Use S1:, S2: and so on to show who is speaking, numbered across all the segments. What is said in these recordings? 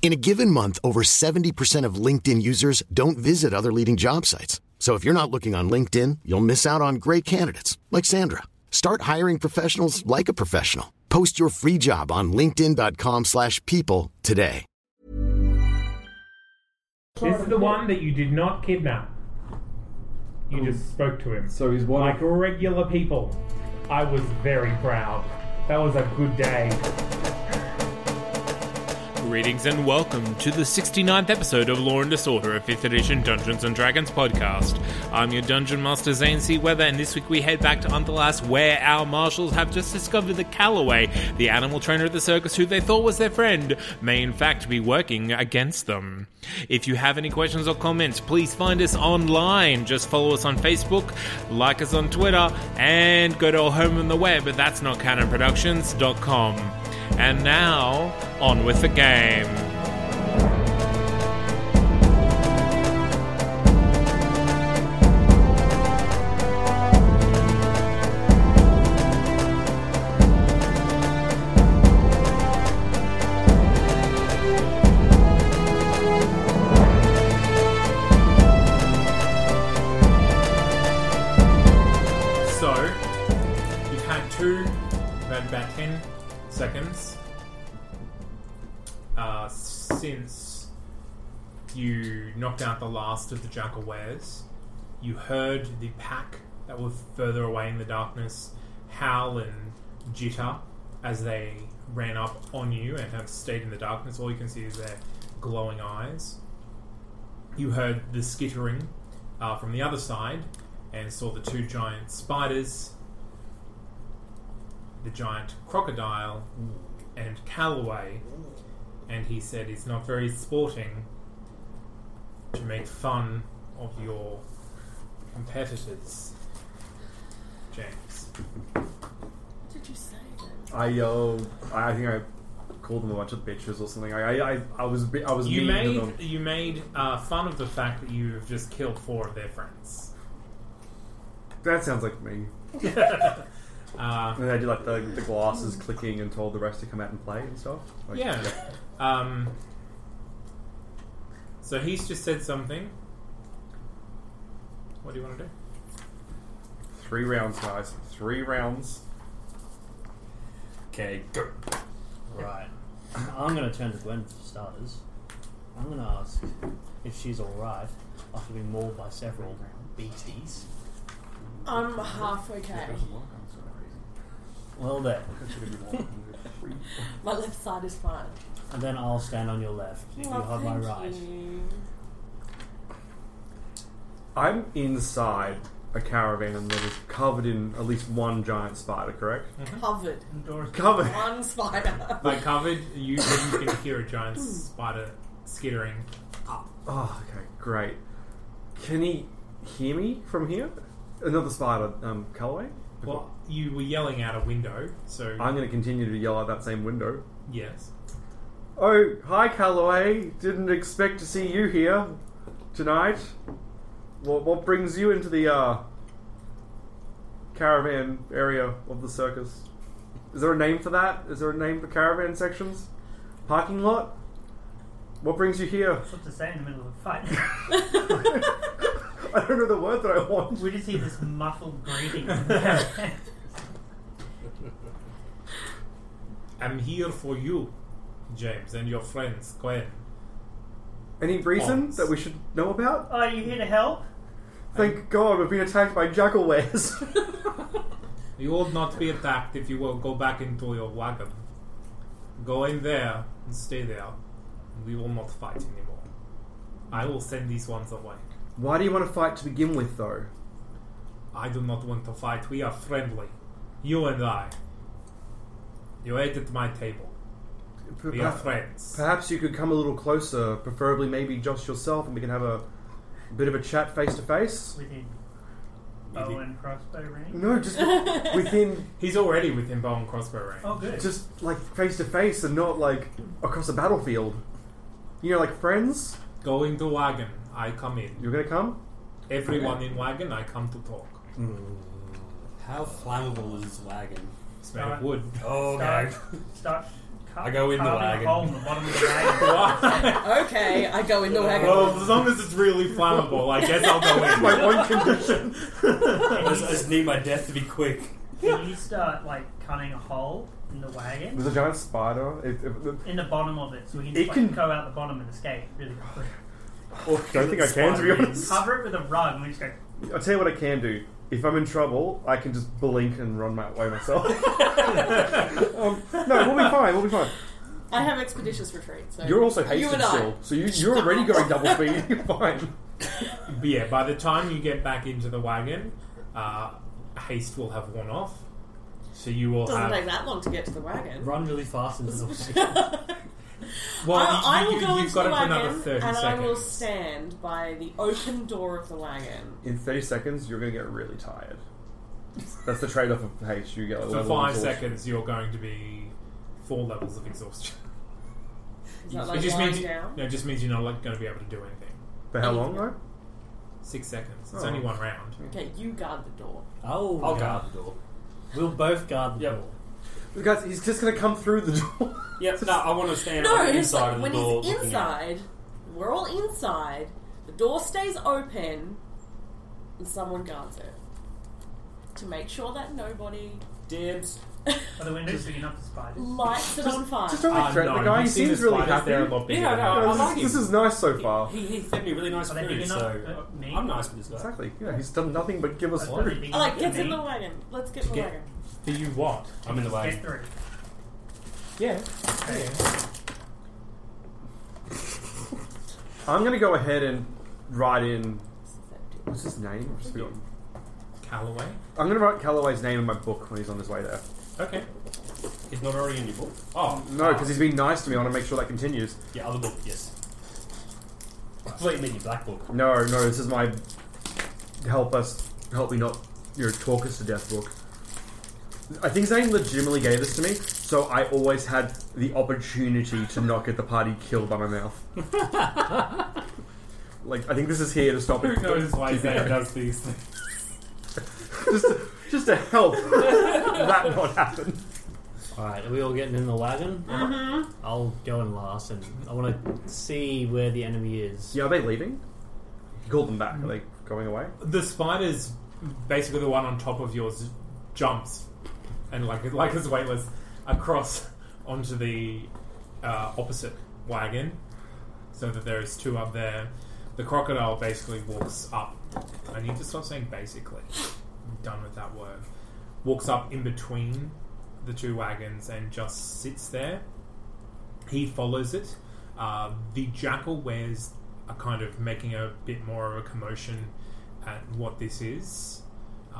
S1: In a given month, over 70% of LinkedIn users don't visit other leading job sites. So if you're not looking on LinkedIn, you'll miss out on great candidates like Sandra. Start hiring professionals like a professional. Post your free job on linkedin.com/people slash people today.
S2: This is the one that you did not kidnap. You just spoke to him.
S3: So he's one
S2: like
S3: of-
S2: regular people. I was very proud. That was a good day.
S4: Greetings and welcome to the 69th episode of Law and Disorder, a 5th edition Dungeons and Dragons podcast. I'm your Dungeon Master Zane C. Weather, and this week we head back to Underlass where our marshals have just discovered that Calloway, the animal trainer at the circus who they thought was their friend, may in fact be working against them. If you have any questions or comments, please find us online. Just follow us on Facebook, like us on Twitter, and go to our home on the web, but that's not canonproductions.com. And now, on with the game. So, you've had two, you've had about 10 seconds uh, since you knocked out the last of the jackal wares. You heard the pack that were further away in the darkness howl and jitter as they ran up on you and have stayed in the darkness. All you can see is their glowing eyes. You heard the skittering uh, from the other side and saw the two giant spiders, the giant crocodile, and Calloway. And he said it's not very sporting to make fun of your competitors, James.
S3: I uh, I think I called them a bunch of bitches or something. I I, I, I was bi- I was
S2: You
S3: mean to
S2: made
S3: them.
S2: you made uh, fun of the fact that you have just killed four of their friends.
S3: That sounds like me.
S2: Uh,
S3: and then I did like the, the glasses clicking and told the rest to come out and play and stuff. Like,
S2: Yeah. Um, so he's just said something. What do you want to do?
S3: Three rounds, guys. Three rounds.
S5: Okay, go. Right. I'm going to turn to Gwen for starters. I'm going to ask if she's alright after being mauled by several beasties.
S6: I'm half okay.
S5: Well, there.
S6: My left side is fine.
S5: And then I'll stand on your left. If you have my right.
S3: I'm inside a caravan that is covered in at least one giant spider. Correct?
S2: Mm-hmm.
S6: Covered.
S3: Covered.
S6: One spider.
S2: By covered, you, you can hear a giant spider skittering.
S3: Oh, okay, great. Can he hear me from here? Another spider, um, Callaway.
S2: Well, you were yelling out a window, so
S3: I'm going to continue to yell at that same window.
S2: yes.
S3: Oh, hi, Callaway. Didn't expect to see you here tonight. What, what brings you into the uh, caravan area of the circus? Is there a name for that? Is there a name for caravan sections? Parking lot? What brings you here?
S7: What to say in the middle of a fight.
S3: I don't know the word that I want.
S7: we just hear this muffled greeting.
S2: I'm here for you, James, and your friends, Gwen.
S3: Any reason that we should know about?
S7: Are you here to help?
S3: Thank God we've been attacked by jackal wares.
S2: You will not be attacked if you will go back into your wagon. Go in there and stay there. We will not fight anymore. I will send these ones away.
S3: Why do you want to fight to begin with, though?
S2: I do not want to fight. We are friendly. You and I. You ate at my table.
S3: per-
S4: We are
S3: per-
S4: friends.
S3: Perhaps you could come a little closer, preferably maybe just yourself, and we can have a bit of a chat face to face.
S7: within bow and crossbow
S8: Mm.
S7: range.
S3: No, just with- within,
S4: He's already within bow and crossbow range.
S7: Oh, good.
S3: just like face to face, and not like across a battlefield. You know, like friends.
S4: Going to wagon, I come in.
S3: You're gonna come.
S4: Everyone in wagon, I come to talk.
S8: How flammable is this wagon?
S4: Smell of wood.
S8: Oh,
S7: Start, start cut,
S8: I go in the
S7: carving
S8: wagon.
S7: A hole in the bottom of the wagon.
S6: Okay, I go in the wagon.
S4: Well, as long as it's really flammable, I guess I'll go in.
S3: My one condition.
S8: I just, I just need my death to be quick.
S7: Can you start like cutting a hole in the wagon?
S3: There's a giant spider. It, it,
S7: In the bottom of it, so we can,
S3: It
S7: just,
S3: can-
S7: like, go out the bottom and escape really quickly.
S3: don't think I can, to be honest.
S7: Cover it with a rug and we just go.
S3: I'll tell you what I can do. If I'm in trouble, I can just blink and run my way myself. um, no, we'll be fine. We'll be fine.
S6: I have expeditious retreat, so
S3: You're also hasted
S6: You and I.
S3: still, so you, you're already going double speed. You're fine.
S4: But yeah, by the time you get back into the wagon, uh, haste will have worn off. So you will
S6: Doesn't
S4: have.
S6: take that long to get to the wagon.
S8: Run really fast into the
S4: Well, you-
S6: I, I
S4: you,
S6: will go
S4: have
S6: into
S4: got
S6: the
S4: it for another
S6: wagon
S4: 30
S6: and
S4: seconds.
S6: I will stand by the open door of the wagon.
S3: In 30 seconds, you're going to get really tired. That's the trade-off of haste. You get a
S4: For
S3: level of
S4: five
S3: exhaustion.
S4: seconds, you're going to be four levels of exhaustion.
S6: Is that like
S4: it just
S6: lying
S4: means
S6: down?
S4: no, it just means you're not like, going to be able to do anything.
S3: For how long though?
S4: Six seconds. It's
S3: Oh.
S4: only one round.
S6: Okay, you guard the door.
S5: Oh,
S8: I'll
S5: yeah.
S8: guard the door.
S5: We'll both guard the
S8: Yep.
S5: door.
S3: Guys, he's just going to come through the door.
S8: Yep, no, I want to stand
S6: No,
S8: on the
S6: it's
S8: inside
S6: like
S8: of the
S6: when
S8: door.
S6: he's
S8: looking out.
S6: inside, we're all inside. The door stays open, and someone guards it to make sure that nobody
S8: Dibs.
S7: Are the windows big enough for spiders?
S6: lights it on fire.
S3: Just don't
S4: Uh,
S3: threaten
S4: no,
S3: the guy.
S4: you've
S3: He
S4: seen
S3: seems
S4: the
S3: really
S4: spiders,
S3: happy.
S4: They're a lot bigger
S8: Yeah,
S4: than
S8: no,
S4: us.
S8: I
S3: No, this,
S8: like
S3: is, this
S8: him.
S3: is nice so far.
S8: He, he fed me really nice
S7: Are they
S8: food,
S7: big enough
S8: so
S7: for me?
S8: I'm nice with this guy.
S3: Exactly. Yeah, he's done nothing but give us
S7: Are they
S3: food.
S7: big
S6: I like
S7: enough for
S6: gets in
S7: me?
S6: the wagon. Let's get in the
S8: Get-
S6: wagon.
S4: Do you what?
S8: I'm in the way.
S7: Get through.
S4: Yeah.
S3: I'm going to go ahead and write in. What's his name? I've just forgotten.
S4: Callaway.
S3: I'm going to write Calloway's name in my book when he's on his way there.
S4: Okay.
S8: He's not already in your book.
S4: Oh,
S3: No, because he's been nice to me. I want to make sure that continues.
S8: Yeah, other book, yes. I thought you meant your black book.
S3: No, no, this is my help us, help me not, you know, talk us to death book. I think Zane legitimately gave this to me, so I always had the opportunity to not get the party killed by my mouth. like, I think this is here to stop
S4: who
S3: it.
S4: knows why Zane does these things?
S3: just, to, just to help that not happen.
S5: Alright, are we all getting in the wagon? I'll go in last and I want to see where the enemy is.
S3: Yeah, are they leaving? He called them back. Are they going away?
S4: The spider's basically the one on top of yours jumps and like like it's weightless across onto the uh, opposite wagon so that there is two up there. The crocodile basically walks up. I need to stop saying basically. I'm done with that word. Walks up in between the two wagons and just sits there. He follows it. Uh, the jackal wares are kind of making a bit more of a commotion at what this is. Uh,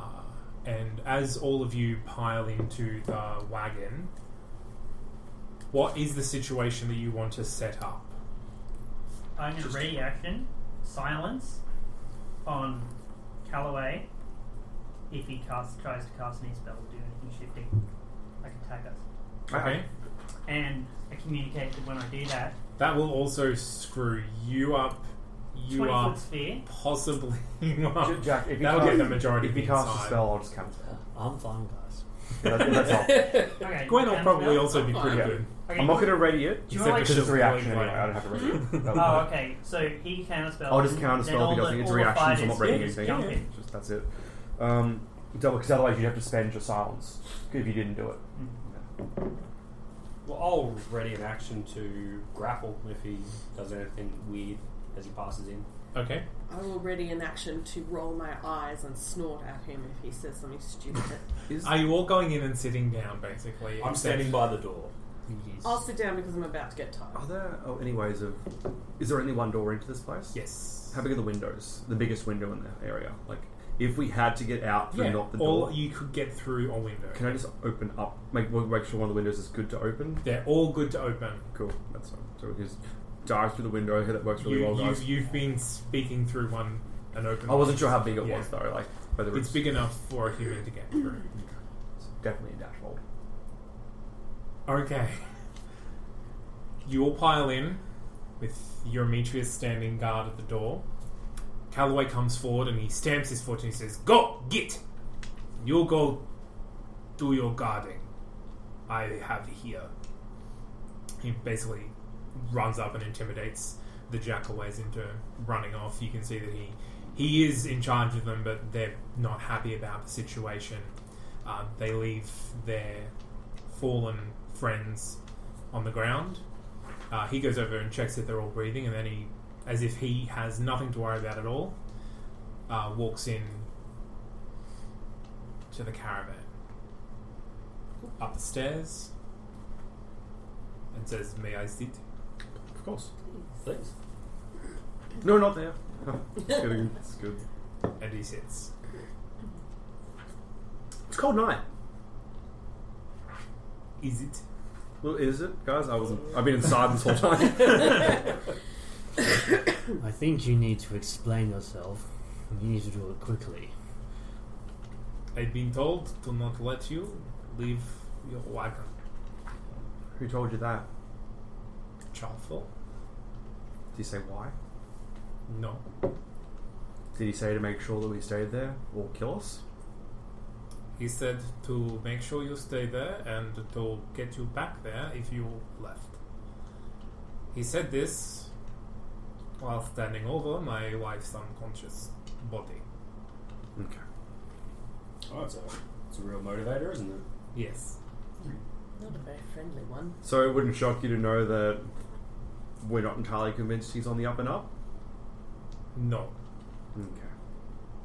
S4: and as all of you pile into the wagon, what is the situation that you want to set up?
S7: I'm going to ready action, silence on Callaway. If he cast, tries to cast any spell, do anything shifting, like attack us.
S8: Uh-huh.
S4: Okay.
S7: And I communicate that when I do that,
S4: That will also screw you up. You
S7: 20
S4: are
S7: foot sphere.
S4: possibly.
S3: Jack, if you
S4: That'll
S3: cast-
S4: get the majority
S3: If
S4: of
S3: you
S4: the
S3: cast a
S4: inside.
S3: spell, I'll just count it.
S5: I'm fine, guys.
S3: That's, that's all.
S7: Okay,
S4: Gwen will
S7: and
S4: probably
S7: now-
S4: also be pretty
S3: Yeah.
S4: good.
S7: Okay,
S3: I'm not going to ready it.
S7: Do you
S4: Except
S3: Because
S7: want, like,
S3: it's a
S4: Just
S3: reaction
S4: avoid
S3: anyway, I don't have to ready it.
S7: oh, okay. So he counter spell.
S3: I'll just count as well because it's reactions. I'm not reading anything.
S7: Jump
S3: Yeah,
S7: in.
S3: Just, that's it. Um, double, because otherwise you'd have to spend your silence if you didn't do it.
S8: Well, I'll ready an action to grapple if he does anything weird as he passes in.
S4: Okay.
S6: I will ready in action to roll my eyes and snort at him if he says something stupid.
S4: Are you all going in and sitting down, basically?
S8: I'm
S4: Except-
S8: standing by the door.
S6: I'll sit down because I'm about to get tired.
S3: Are there oh, any ways of? Is there only one door into this place?
S4: Yes.
S3: How big are the windows? The biggest window in the area, like If we had to get out through
S4: Yeah,
S3: not the door,
S4: or you could get through a window.
S3: can I just open up? Make we'll make sure one of the windows is good to open.
S4: They're all good to open.
S3: Cool, that's fine. So we can just dive through the window. Hey, that works really
S4: you,
S3: well, guys.
S4: you've, you've been speaking through one and open.
S3: I wasn't sure how big it
S4: Yeah.
S3: was though. Like whether
S4: It's
S3: it's,
S4: big enough for a human to get through.
S3: it's definitely a dashboard.
S4: Okay. You all pile in with Eurometrius standing guard at the door. Calloway comes forward and he stamps his foot and he says, Go, git! You'll go do your guarding. I have here. He basically runs up and intimidates the jackaways into running off. You can see that he he is in charge of them, but they're not happy about the situation. Uh, they leave their fallen friends on the ground. Uh, he goes over and checks that they're all breathing, and then he, as if he has nothing to worry about at all, uh, walks in to the caravan, up the stairs, and says, "May I sit?"
S3: Of course.
S8: Please.
S3: No, not there. it's, good. it's good.
S4: And he sits.
S3: It's cold night.
S4: Is it?
S3: Well, is it, guys? I wasn't. I've been inside this whole time.
S5: I think you need to explain yourself. You need to do it quickly.
S4: I've been told to not let you leave your wagon.
S3: Who told you that?
S4: Charlful?
S3: Did he say why?
S4: No.
S3: Did he say to make sure that we stayed there or kill us?
S4: He said to make sure you stay there and to get you back there if you left. He said this while standing over my wife's unconscious body.
S3: Okay.
S8: Oh, it's a, it's a real motivator, isn't it?
S4: Yes.
S6: Not a very friendly one.
S3: So it wouldn't shock you to know that we're not entirely convinced he's on the up and up.
S4: No.
S3: Okay.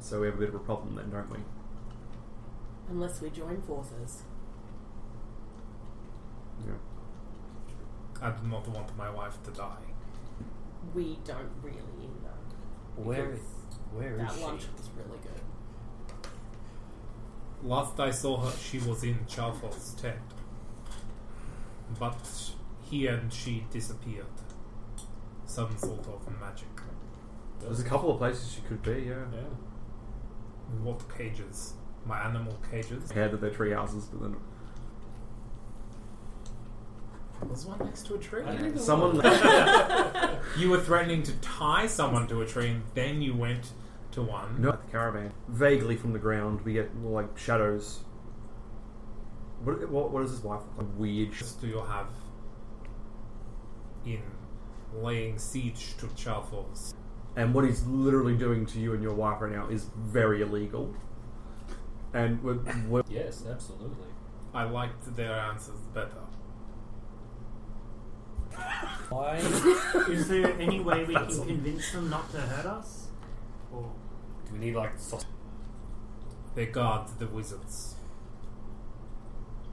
S3: So we have a bit of a problem then, don't we?
S6: Unless we join forces.
S3: Yeah.
S4: I do not want my wife to die.
S6: We don't really either.
S5: Where is
S6: Because
S5: where is
S6: that lunch
S5: she?
S6: was really good.
S4: Last I saw her, she was in Charlfall's tent. But he and she disappeared. Some sort of magic.
S3: There's a couple of places she could be. Yeah.
S8: Yeah.
S4: What cages? My animal cages?
S3: Heard that they're tree houses, but then
S4: Was one next to a tree?
S3: someone.
S4: You were threatening to tie someone to a tree, and then you went to one.
S3: No, at the caravan. Vaguely from the ground, we get like shadows. What, what, what is his wife? A weird. sh-
S4: Just do you have in laying siege to Chalfos?
S3: And what he's literally doing to you and your wife right now is very illegal. And we're, we're
S8: Yes, absolutely.
S4: I liked their answers better.
S8: Why?
S7: Is there any way we can convince them not to hurt us? Or
S8: Do we need like? Sauce?
S4: They guard the wizards.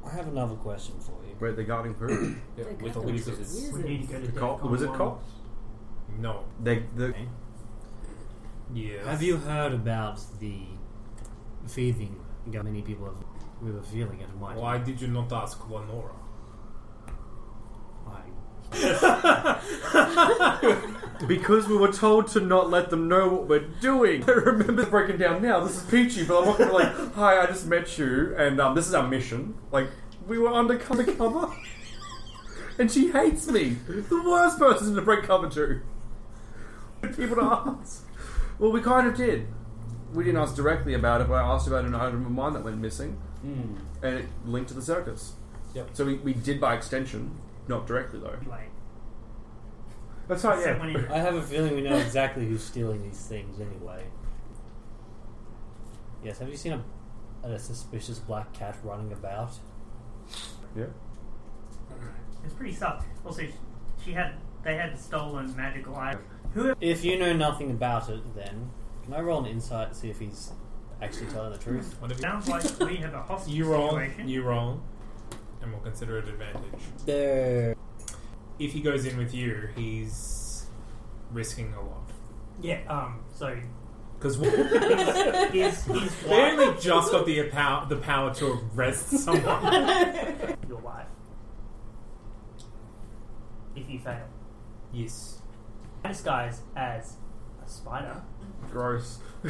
S5: I have another question for you.
S3: we're the guarding food.
S8: Yeah,
S6: They
S8: with
S6: got
S8: the
S6: them.
S8: wizards.
S7: we need to go to
S3: The cop. Was it cop?
S4: No.
S3: They, the,
S4: Yes.
S5: Have you heard about the feeding? How many people have we were feeling it? Might
S4: Why did you not ask Lenora?
S5: I
S3: because we were told to not let them know what we're doing. I remember breaking down now. This is Peachy, but I'm not gonna like, hi, I just met you, and um, this is our mission. Like, we were undercover, undercover, and she hates me. The worst person to break cover to. People to ask. Well, we kind of did. We didn't ask directly about it, but I asked about an item of mine that went missing,
S5: Hmm.
S3: and it linked to the circus.
S8: Yep.
S3: So we, we did by extension, not directly though.
S7: like
S3: That's
S4: Oh,
S3: right.
S7: someone in
S5: I have a feeling we know exactly who's stealing these things anyway. Yes, have you seen a, a suspicious black cat running about?
S3: Yeah.
S7: It's pretty soft. Also, she, she had they had stolen magical items.
S5: If you know nothing about it, then can I roll an insight to see if he's actually telling the truth?
S4: What have you-
S7: Sounds like we have a hostage
S4: You roll.
S7: situation.
S4: You roll. And we'll consider it advantage.
S5: There.
S4: If he goes in with you, he's risking a lot.
S7: Yeah. Um. So
S4: Because they
S7: Is his wife
S4: only just got the power, the power to arrest someone.
S7: your wife? If you fail,
S4: yes.
S7: I disguise as a spider.
S3: Gross.
S7: I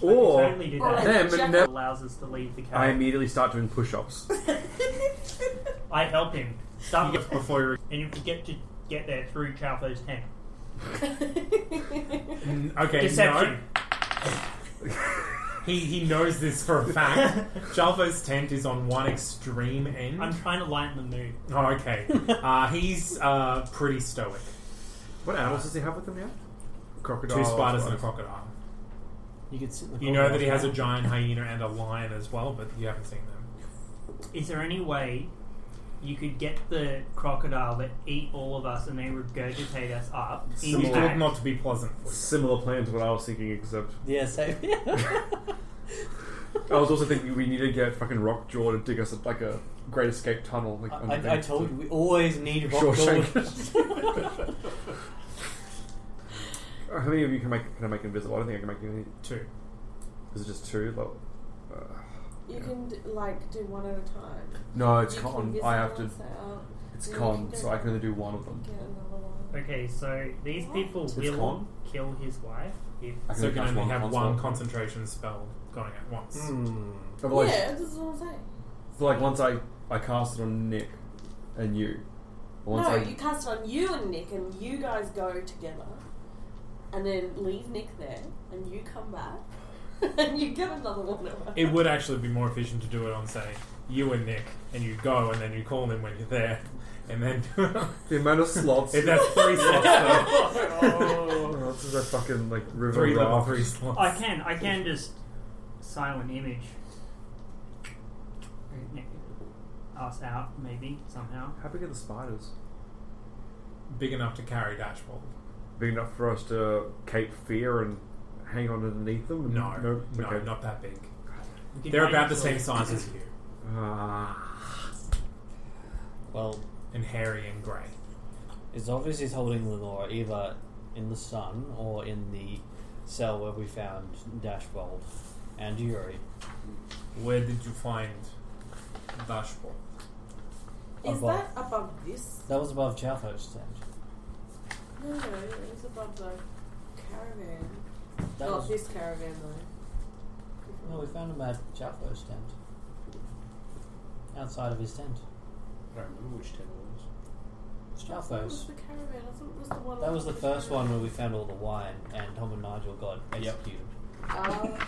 S3: or
S7: can totally do
S6: Or
S7: that.
S3: them
S6: Jack-
S3: and them.
S7: allows us to leave the
S3: I
S7: cave.
S3: immediately start doing push-ups.
S7: I help him. Stop it
S4: Before you
S7: and you forget to get there through Chalfo's tent.
S4: Okay,
S7: Deception.
S4: no. He, he knows this for a fact. Jalvo's tent is on one extreme end.
S7: I'm trying to lighten the mood.
S4: oh, okay. Uh, he's uh, pretty stoic.
S3: What animals does he have with him now? Crocodile.
S4: Two spiders and a crocodile.
S5: You could sit in the
S4: You know
S5: corner.
S4: that he has a giant hyena and a lion as well, but you haven't seen them.
S7: Is there any way you could get the crocodile that eat all of us and they regurgitate us up?
S4: He
S3: Similar.
S4: ought
S7: Intact?
S4: not to be pleasant for you.
S3: Similar plan to what I was thinking, except
S5: Yeah, so
S3: I was also thinking we need to get fucking Rockjaw to dig us like a Great Escape tunnel. Like underneath
S5: I, I told you we always need
S3: the
S5: rock gold.
S3: Shawshank. How many of you can make? Can I make invisible? I don't think I can make any.
S4: Two.
S3: Is it just two? Like, uh,
S6: You can d- like do one at a time.
S3: no, it's
S6: You can
S3: con.
S6: visit
S3: I have to.
S6: one, say, oh,
S3: It's
S6: you
S3: con,
S6: do-
S3: so I can only do one of them.
S6: Get another one.
S7: Okay, so these people
S3: It's
S7: will
S3: con.
S7: kill his wife if
S3: I
S4: So
S3: only
S4: can
S3: cast
S4: only have one Hmm.
S3: console.
S4: concentration spell going at once.
S3: Otherwise,
S6: yeah, this is what I'm saying.
S3: so like once I I cast it on Nick and you. Once
S6: no,
S3: I,
S6: you cast it on you and Nick, and you guys go together, and then leave Nick there, and you come back, and you get another one. of us.
S4: It would actually be more efficient to do it on, say, you and Nick, and you go, and then you call him when you're there, and then
S3: the amount of slots.
S4: if that's three slots, though,
S3: Oh, this is a fucking like river
S4: three level
S3: raft.
S4: three slots.
S7: I can. I can just silent image us out, maybe somehow.
S3: How big are the spiders?
S4: Big enough to carry dashboard.
S3: Big enough for us to cape fear and hang on underneath them? and-
S4: No, no,
S3: Okay.
S4: not that big.
S7: We could
S4: They're about the
S7: make
S4: same
S7: it so-
S4: size as you,
S3: Ah.
S5: Well,
S4: and hairy and grey.
S5: it's obvious he's holding Lenora either in the sun or in the cell where we found Dashbold and Yuri.
S4: Where did you find dashboard?
S6: Is
S5: above.
S6: that above this?
S5: That was above Chalfo's tent.
S6: No, no, it was above the caravan.
S5: That
S6: Not
S5: was,
S6: this caravan though.
S5: no, we found him at Chalfo's tent. Outside of his tent.
S8: I don't remember which tent it was.
S5: It's
S6: That was
S5: Chalfo's.
S6: the caravan. I thought it was the one.
S5: That was the
S6: above
S5: first
S6: caravan.
S5: one where we found all the wine and Tom and Nigel got executed.
S6: Oh,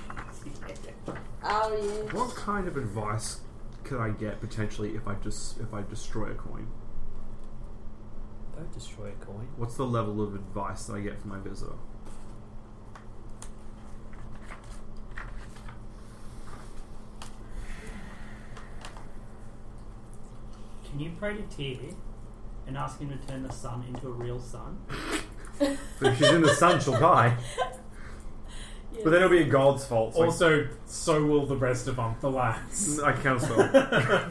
S6: oh yes.
S3: What kind of advice could I get potentially if I just if I destroy a coin?
S5: Don't destroy a coin.
S3: What's the level of advice that I get from my visitor?
S7: Can you pray to Tyr and ask him to turn the sun into a real sun?
S3: But if she's in the sun, she'll die. But then it'll be God's fault. So
S4: Also, so will the rest of them, the lads.
S3: I, I can't spell.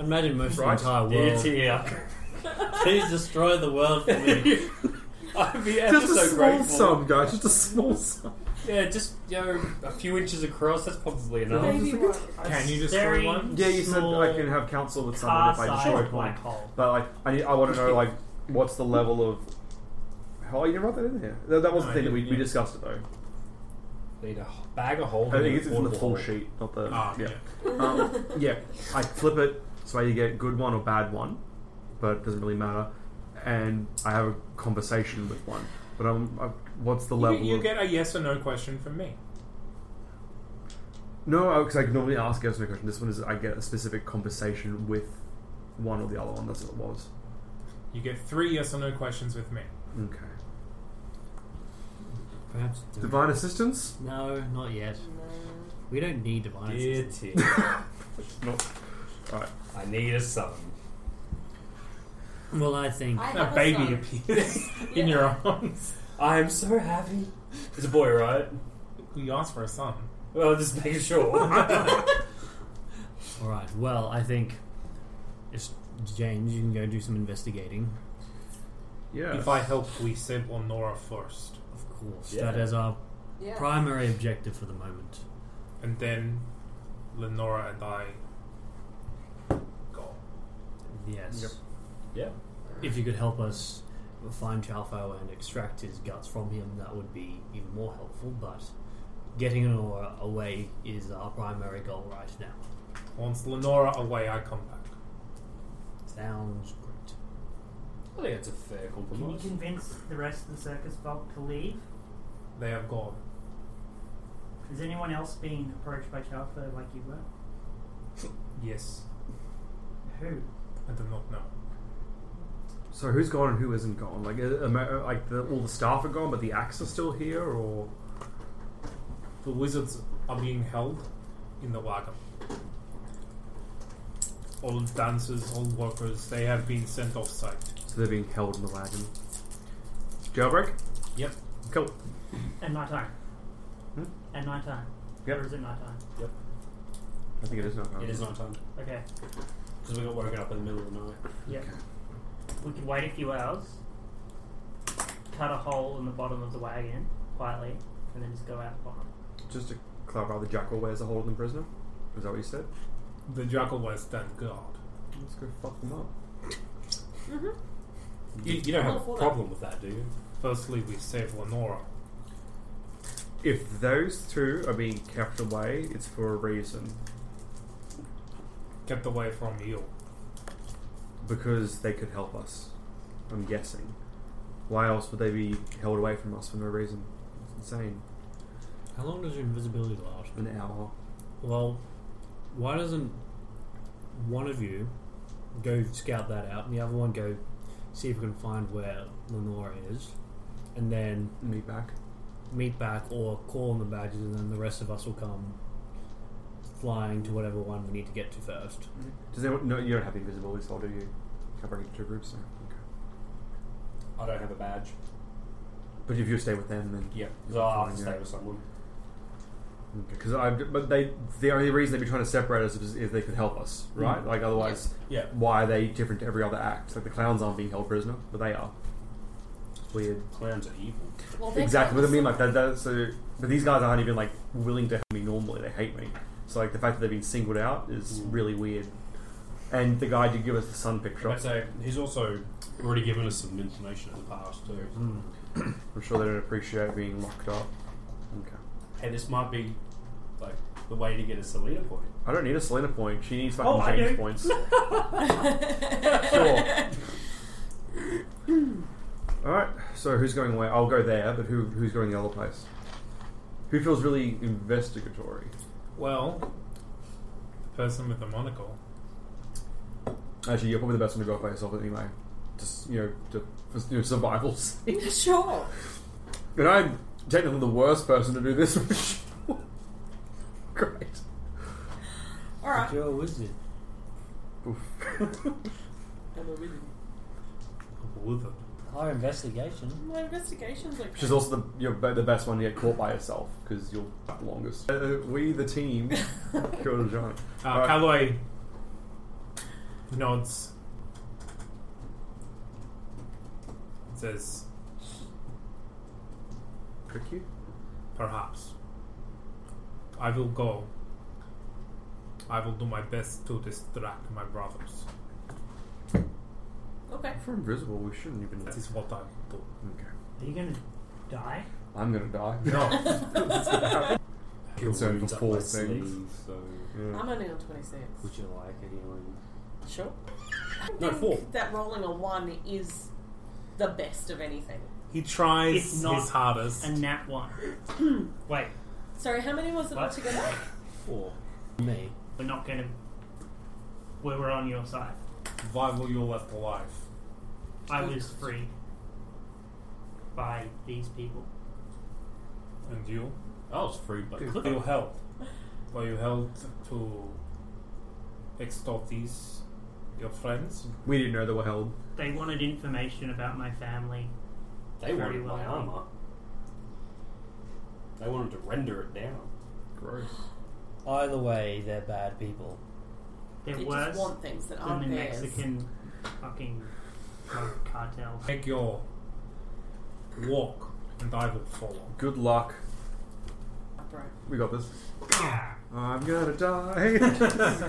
S5: Imagine most
S3: Right.
S5: of the entire world.
S8: Yeah.
S5: Please destroy the world for me.
S8: I'd be ever
S3: just
S8: so
S3: a small
S8: grateful.
S3: sum, guys. Just a small sum.
S8: Yeah, just you know, a few inches across. That's probably enough.
S6: Maybe one.
S4: Can you destroy
S7: Very
S4: one?
S3: Yeah, you said
S7: small
S3: I can have counsel with someone if I destroy a
S7: car-sized
S3: coin.
S7: black hole.
S3: But like, I need, I want to know like what's the level of. Oh, you didn't write that in there. That, that was
S4: No,
S3: the thing that
S4: you-
S3: we, we
S4: you-
S3: discussed it though.
S8: Need a h- bag of holding.
S3: I think it's
S8: and
S3: in the
S8: portable
S3: full
S8: holding.
S3: sheet, not the
S4: Ah,
S3: yeah.
S4: yeah.
S3: Um, yeah, I flip it so I either get good one or bad one, but it doesn't really matter. And I have a conversation with one, but I'm, I, what's the
S4: You,
S3: level?
S4: you
S3: of,
S4: get a yes or no question from me.
S3: no, because I normally ask yes or no question. This one is I get a specific conversation with one or the other one. That's what it was.
S4: You get three yes or no questions with me.
S3: Okay.
S5: Perhaps do
S3: Divine assistance.
S5: No, not yet. We don't need divine
S8: Dear
S5: assistance.
S8: Tyr,
S3: Not. All right.
S8: I need a son.
S5: Well, I think
S6: I
S4: A
S6: have
S4: baby
S6: son.
S4: appears in your arms.
S8: I'm so happy. It's a boy, right?
S4: You asked for a son.
S8: Well, just making sure.
S5: All right. Well, I think it's James. You can go do some investigating.
S3: Yeah.
S4: If I help, we said Nora first.
S5: Of course,
S8: Yeah.
S5: that is our
S6: Yeah.
S5: Primary objective for the moment.
S4: And then Lenora and I go.
S5: Yes.
S8: Yeah.
S5: If you could help us find Chalfo and extract his guts from him, that would be even more helpful. But getting an aura away is our primary goal right now.
S4: Once Lenora away, I come back.
S5: Sounds great.
S8: I think that's a fair
S7: Can you
S8: compromise.
S7: convince the rest of the circus folk to leave?
S4: They have gone.
S7: Is anyone else being approached by Chalfo like you were?
S4: Yes.
S7: Who?
S4: I do not know.
S3: So who's gone and who isn't gone? Like, uh, am I- like the, all the staff are gone, but the axe are still here, or
S4: The wizards are being held in the wagon. All dancers, all workers, they have been sent off site.
S3: so they're being held in the wagon. Jailbreak.
S4: Yep.
S3: Cool.
S7: At night time.
S3: Hmm?
S7: At night time.
S3: Yep.
S7: Or is it night time?
S3: I think it is not.
S8: It is night time
S7: Okay.
S8: because we got woken up in the middle of the night.
S7: Yep. We could wait a few hours, cut a hole in the bottom of the wagon quietly, and then just go out the bottom.
S3: Just to clarify, the jackal wears a hold of the prisoner. Is that what you said?
S4: The jackal was stand guard.
S3: Let's go fuck them up.
S8: You, you don't have a
S6: Well, for that.
S8: problem with that, do you?
S4: Firstly, we save Lenora.
S3: If those two are being kept away, it's for a reason
S4: Kept away from you.
S3: because they could help us. I'm guessing. Why else would they be held away from us for no reason? It's insane.
S5: How long does your invisibility last?
S3: An hour.
S5: Well, why doesn't one of you go scout that out, and the other one go see if we can find where Lenora is, and then
S3: Me back.
S5: meet back or call on the badges, and then the rest of us will come flying to whatever one we need to get to first.
S3: Does anyone? No, you don't have invisibility spell, do you? Covering two groups. No. Okay.
S8: I don't have a badge.
S3: But if you stay with them, then
S8: Yeah, so I have to
S3: Fine,
S8: stay
S3: yeah.
S8: with someone.
S3: Because I, but they, the only reason they'd be trying to separate us is if they could help us, right? Like otherwise,
S8: Yeah.
S3: why are they different to every other act? Like the clowns aren't being held prisoner, but they are. Weird.
S8: Clowns are evil.
S6: Well, they're
S3: Exactly.
S6: gone.
S3: But I mean, like that. that so, but these guys aren't even like willing to help me normally. They hate me. So like the fact that they've been singled out is really weird. And the guy did give us the sun picture.
S8: I'd say he's also already given us some information in the past too.
S4: Hmm.
S3: I'm sure they don't appreciate being locked up. Okay.
S8: Hey, this might be like the way to get a Selena point.
S3: I don't need a Selena point. She needs fucking
S8: Oh, I
S3: James
S8: do.
S3: points. sure. All right. So who's going away? I'll go there, but who who's going the other place? Who feels really investigatory?
S4: Well, the person with the monocle.
S3: Actually, you're probably the best one to go by yourself anyway. Just you know, to, for, you know, survivals.
S6: sure.
S3: And I'm technically the worst person to do this. for sure. Great.
S6: All right.
S5: Joe, is it?
S6: I'm a wizard.
S4: Withered.
S5: Our investigation.
S6: My investigation's okay.
S3: She's also the you're be- the best one to get caught by yourself because you're the longest. Uh, we the team. Killed Johnny.
S4: Uh,
S3: Alright.
S4: Calloway nods. Says,
S3: Trick you.
S4: Perhaps. I will go. I will do my best to distract my brothers.
S6: okay.
S3: If we're invisible, we shouldn't even.
S4: That is what I will do.
S3: Okay.
S7: Are you going to die?
S3: I'm gonna die.
S4: No,
S3: Concerned
S8: Runes
S3: for
S8: up
S3: four
S8: my
S3: things.
S8: sleeve, so
S6: I'm only on 26.
S8: would you like a healing?
S6: Sure.
S8: No, four.
S6: That rolling a 1 is the best of anything.
S4: he tries
S7: It's not
S4: his hardest.
S7: A nat one. Wait,
S6: Sorry, how many was it
S7: What?
S6: altogether?
S8: Four.
S5: Me.
S7: we're not going to. We were on your side.
S4: Why were you left alive?
S3: Oh,
S7: I was free by these people.
S4: And you?
S8: I was free, but
S4: Were you held? Were you held to extort these, your friends?
S3: We didn't know they were held.
S7: They wanted information about my family.
S8: they
S7: Very
S8: wanted my
S7: well.
S8: armor. They wanted to render it down.
S3: Gross.
S5: Either way, they're bad people.
S7: They're
S6: They
S7: worse
S6: just want things that
S7: than
S6: aren't
S7: the
S6: theirs.
S7: Mexican fucking drug cartel.
S4: Take your walk, and I will follow.
S3: Good luck
S6: bro.
S3: We got this. I'm gonna die.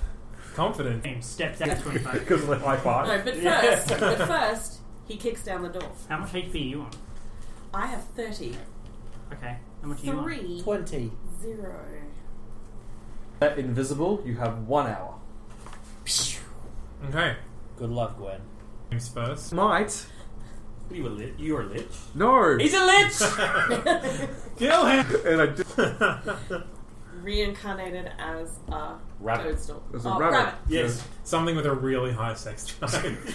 S4: Confident.
S7: James steps out to invade.
S3: Because of the high
S6: No,
S3: five.
S6: but first, but first, he kicks down the door.
S7: How much HP are you on?
S6: I have 30.
S7: Okay. How much are you on?
S6: Three,
S5: Twenty.
S6: zero.
S3: Invisible, you have one hour.
S4: Okay.
S5: Good luck, Gwen.
S4: James first.
S3: Might.
S8: You a lit? You're a lich.
S3: No.
S5: He's a lich.
S4: Kill him!
S3: and I did.
S6: Reincarnated as a
S8: Rabbit.
S6: toadstool.
S3: As a
S6: oh,
S3: rabbit.
S4: Yes. Something with a really high sex drive.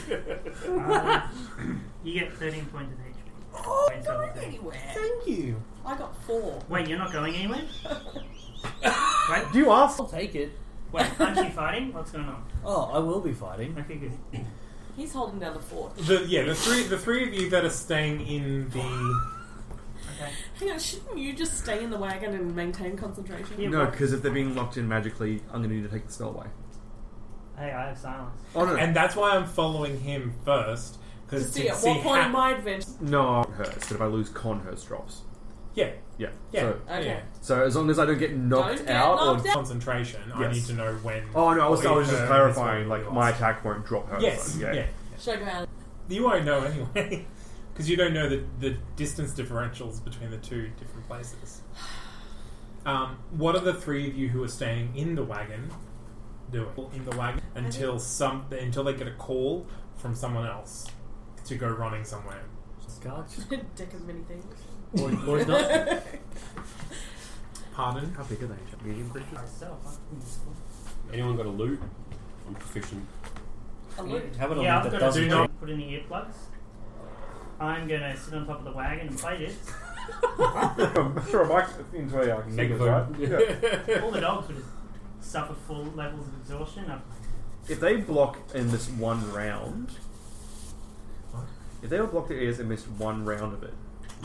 S7: You get 13 points of HP.
S6: Oh, I'm
S7: Mine's
S6: not going
S7: level three.
S6: anywhere.
S5: Thank you.
S6: I got four.
S7: Wait, you're not going anywhere?
S3: Do you ask?
S5: I'll take it.
S7: Wait, aren't you fighting? What's going on?
S5: Oh, I will be fighting.
S7: Okay, good.
S6: He's holding down the fort.
S4: the, yeah, the three the three of you that are staying in the
S6: Hang on, shouldn't you just stay in the wagon and maintain concentration?
S7: Yeah.
S3: No, because if they're being locked in magically, I'm gonna need to take the spell away.
S7: Hey, I have silence.
S3: Oh no.
S4: and that's why I'm following him first
S6: To
S4: because
S6: see at what point in my adventure.
S3: no, hurts. But if I lose con, hurts drops.
S4: yeah
S3: Yeah.
S4: yeah
S3: So,
S6: Okay.
S4: yeah.
S3: so as long as I don't get knocked
S6: Don't get
S3: out or
S6: knocked out.
S4: concentration. I
S3: Yes.
S4: need to know when.
S3: Oh no, I was,
S4: or
S3: I was just
S4: if, uh,
S3: clarifying.
S4: this
S3: Like
S4: one
S3: my
S4: was.
S3: attack won't drop her.
S4: Yes,
S3: so,
S4: yeah.
S6: Should I go out?
S4: You won't know anyway because you don't know the the distance differentials between the two different places. Um, what are the three of you who are staying in the wagon doing in the wagon until some until they get a call from someone else to go running somewhere?
S5: Scarlet.
S6: Dick of many things.
S5: Or, or not.
S4: Pardon?
S3: How big are they? Medium creatures.
S7: Myself, huh?
S8: Anyone got a loot? I'm proficient.
S6: A loot.
S5: Have it on
S7: Yeah,
S5: that
S7: I'm gonna
S5: doesn't
S7: do
S5: drink.
S7: not put in the earplugs. I'm gonna sit on top of the wagon and play this.
S3: Sure, Mike into a uh,
S8: Negative.
S7: All the dogs would just suffer full levels of exhaustion. I'm
S3: If they block in this one round, if they all block E their ears and miss one round of it,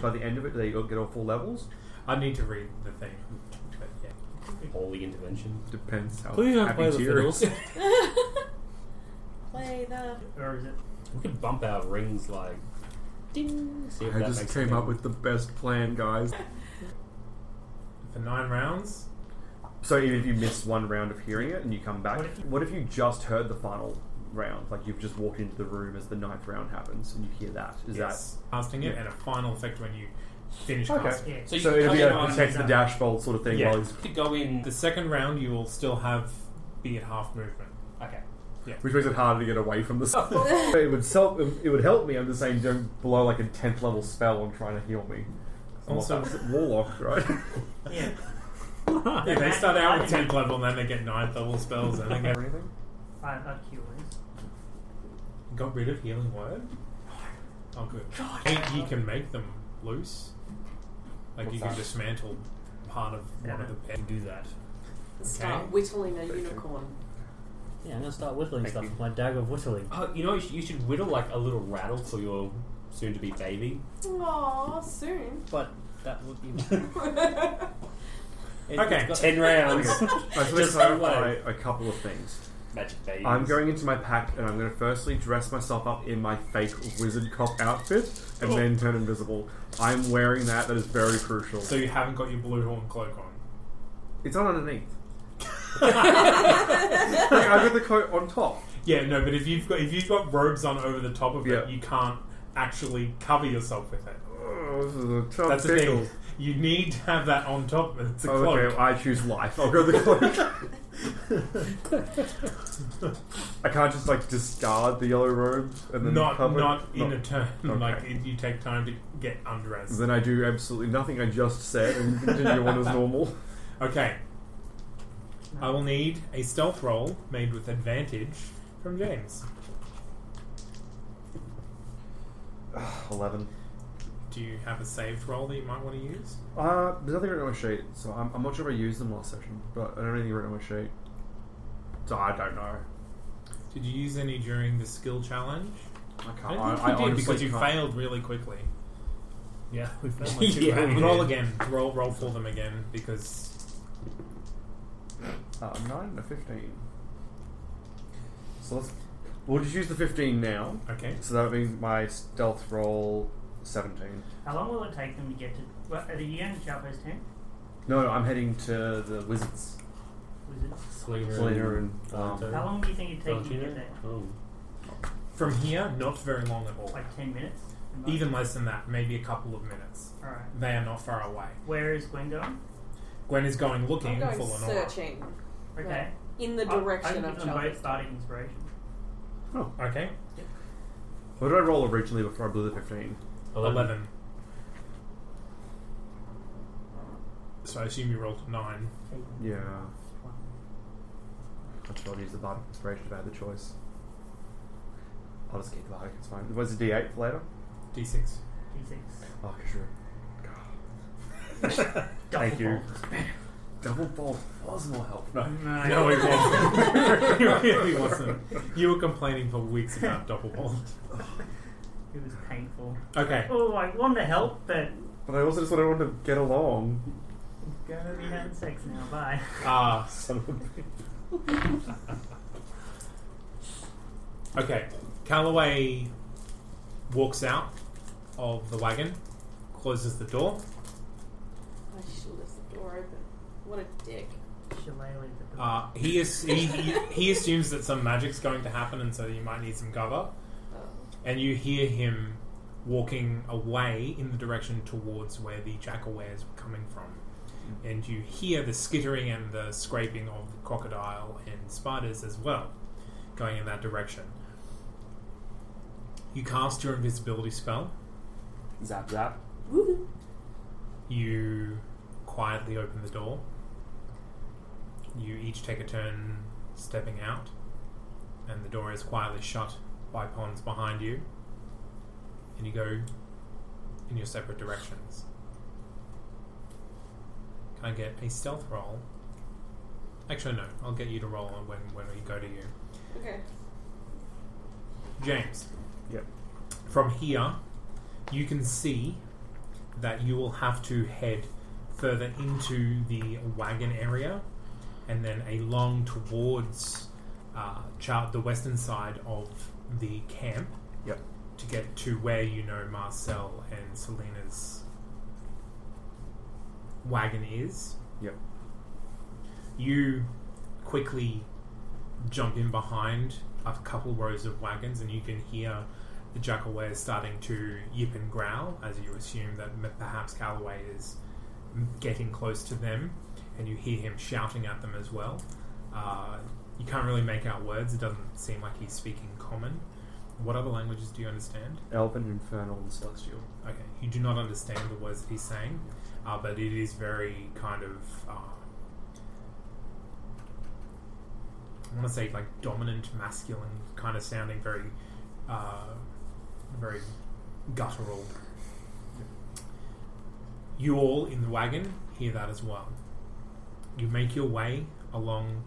S3: by the end of it, they all get all four levels.
S4: I need to read the thing. But yeah.
S8: Holy intervention.
S3: Depends how
S9: Please don't
S3: happy
S9: play the
S3: tier
S9: fiddles.
S3: is.
S6: Play the.
S7: or is it?
S8: We could bump our rings like. Ding. See if
S3: I
S8: that
S3: just
S8: makes
S3: came
S8: a
S3: up with the best plan, guys.
S4: For nine rounds,
S3: So even if you miss one round of hearing it and you come back,
S7: What if you-
S3: what if you just heard the final round? Like you've just walked into the room as the ninth round happens and you hear that. Is
S4: yes. casting it, and a final effect when you finish
S3: that
S4: casting.
S3: okay?
S7: Yeah.
S8: So
S3: So,
S8: you
S3: it'll
S8: come
S3: be
S8: in
S3: a
S8: on
S3: protect the
S7: as a-
S3: dashboard sort of thing
S4: Yeah.
S3: while he's,
S8: To go in.
S4: The second round, you will still have be at half movement.
S8: Okay.
S3: which makes it harder to get away from the spell.
S8: Oh.
S3: it would help. It would help me. I'm just saying, don't blow like a tenth level spell on trying to heal me. I'm
S4: Also-
S3: like, "That's warlock, right?
S7: Yeah.
S4: Yeah, they start out with 10th level, and then they get 9th level spells, and they get.
S3: or anything?
S7: I, I'd cure this.
S4: Got rid of healing word? Oh, good. He, he can make them loose. Like, you can
S8: that?
S4: dismantle part of one of the pets.
S5: Do that.
S6: Start whittling a unicorn.
S5: Yeah, I'm gonna start whittling stuff with my dagger of whittling.
S8: Oh, you know, you should, you should whittle like a little rattle for your soon-to-be baby.
S6: Aww, soon.
S5: But that would be. It-
S4: Okay,
S5: it's got-
S8: Ten rounds.
S3: I just want to
S8: Just
S3: clarify a couple of things.
S8: Magic baby.
S3: I'm going into my pack and I'm going to firstly dress myself up in my fake wizard cop outfit and
S4: Oh.
S3: then turn invisible. I'm wearing that. That is very crucial.
S4: So, you haven't got your blue horn cloak on.
S3: it's not underneath. Like, I've got the coat on top.
S4: Yeah, no, but if you've got if you've got robes on over the top of
S3: Yeah.
S4: it, you can't actually cover yourself with it.
S3: Oh, this is a tough
S4: That's the
S3: pickle.
S4: thing. You need to have that on top, and it's a
S3: Oh,
S4: cloak.
S3: okay, I choose life. I'll go the cloak. I can't just like discard the yellow robe and then
S4: Not
S3: cover it?
S4: not in
S3: Not-
S4: a turn.
S3: okay.
S4: Like it, you take time to get undressed.
S3: Then I do absolutely nothing I just said and continue on as normal.
S4: Okay. I will need a stealth roll made with advantage from James.
S3: Eleven.
S4: Do you have a saved roll that you might want to use?
S3: Uh, there's nothing written on my sheet, so I'm, I'm not sure if I used them last session, but I don't have anything written on my sheet. So I don't know.
S4: Did you use any during the skill challenge?
S3: I can't.
S4: I don't
S3: I,
S4: think
S3: I
S4: you did
S3: honestly
S4: because you
S3: can't.
S4: failed really quickly.
S5: Yeah, we found like two
S8: Yeah.
S5: rounds.
S4: Roll again. Roll roll for them again because
S3: Uh, nine and a fifteen. So let's. We'll just use the fifteen now.
S4: okay.
S3: So that would be my stealth roll seventeen.
S7: How long will it take them to get to? What, are you going to Chalpo's tent?
S3: No, I'm heading to the wizards. Um,
S7: Wizards.
S3: Selena and
S7: How long do you think it'd take you
S8: Valentina?
S7: to get there?
S8: Oh.
S4: From here, not very long at all.
S7: Like 10 minutes?
S4: Even less than that, maybe a couple of minutes.
S7: Alright.
S4: They are not far away.
S7: Where is Gwen going?
S4: Gwen is going
S6: I'm
S4: looking for
S6: going
S4: Lenora.
S6: searching
S7: Okay.
S6: in the
S7: I-
S6: direction
S7: I,
S6: of
S7: can give them
S6: Charlie.
S7: both bardic inspiration.
S4: Okay,
S3: What did I roll originally before I blew the 15?
S4: eleven. So I assume you rolled nine.
S7: Take
S3: Yeah.
S7: one.
S3: I should probably use the Bardic Inspiration if I had the choice. I'll just keep the Bardic, it's fine. Was it D8 for later?
S4: D six.
S7: D6.
S3: Oh, okay, sure. Thank you. Double bolt was no help. No.
S4: No, he wasn't. he really wasn't. You were complaining for weeks about double bond.
S7: It was painful.
S4: Okay.
S7: Oh, I want to help, but
S3: But I also just want everyone to get along.
S7: gonna be having sex now. Bye.
S4: Ah.
S3: Son of a bitch.
S4: okay. Calloway walks out of the wagon, closes the door.
S6: I should have left the door open. What a dick.
S7: Shillelagh at the door.
S4: Uh, he is he, he, he assumes that some magic's going to happen, and so you might need some cover. And you hear him walking away in the direction towards where the jackalwares were coming from. And you hear the skittering and the scraping of the crocodile and spiders as well, going in that direction. You cast your invisibility spell.
S3: Zap zap.
S6: Woohoo.
S4: You quietly open the door. You each take a turn stepping out, and the door is quietly shut by Pons behind you, and you go in your separate directions. Can I get a stealth roll? Actually, no. I'll get you to roll on when, when we go to you.
S6: Okay.
S4: James,
S3: Yep.
S4: from here, you can see that you will have to head further into the wagon area and then along towards uh, Char- the western side of the camp
S3: Yep.
S4: to get to where you know Marcel and Selena's wagon is.
S3: Yep.
S4: You quickly jump in behind a couple rows of wagons, and you can hear the jackalwares starting to yip and growl as you assume that m- perhaps Calloway is m- getting close to them, and you hear him shouting at them as well. Uh, you can't really make out words, it doesn't seem like he's speaking common. What other languages do you understand?
S3: Elven, Infernal, and Celestial.
S4: Okay, you do not understand the words that he's saying, uh, but it is very kind of. Uh, I want to say like dominant, masculine, kind of sounding very, uh, very guttural. You all in the wagon hear that as well. You make your way along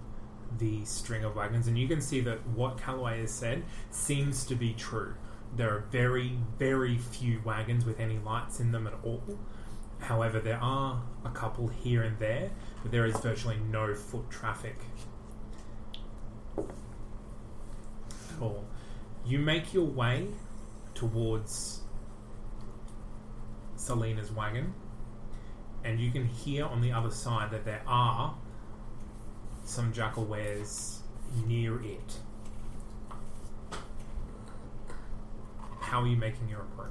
S4: the string of wagons, and you can see that what Calloway has said seems to be true. There are very, very few wagons with any lights in them at all. However, there are a couple here and there, but there is virtually no foot traffic at all. You make your way towards Selena's wagon, and you can hear on the other side that there are some jackalwares near it. How are you making your approach?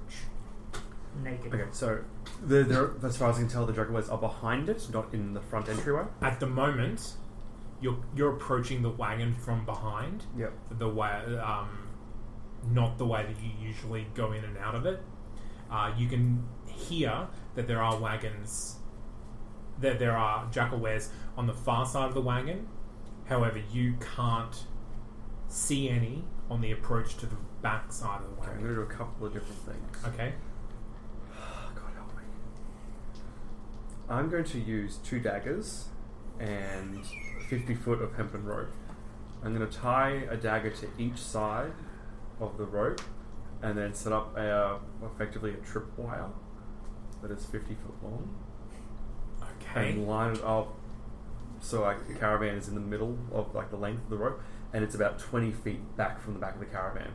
S7: Naked.
S3: Okay, so the, the, as far as I can tell, the Dragonwares are behind it, not in the front entryway.
S4: At the moment, you're you're approaching the wagon from behind.
S3: Yep.
S4: The way, um, not the way that you usually go in and out of it. Uh, you can hear that there are wagons, that there are jackalwares on the far side of the wagon. However, you can't see any on the approach to the back side of the
S3: Okay,
S4: wagon.
S3: I'm going to do a couple of different things.
S4: Okay.
S3: Oh, God help me. I'm going to use two daggers and 50 foot of hempen rope. I'm going to tie a dagger to each side of the rope and then set up a, effectively a tripwire that is 50 foot long
S4: Okay.
S3: and line it up so like the caravan is in the middle of like the length of the rope and it's about 20 feet back from the back of the caravan.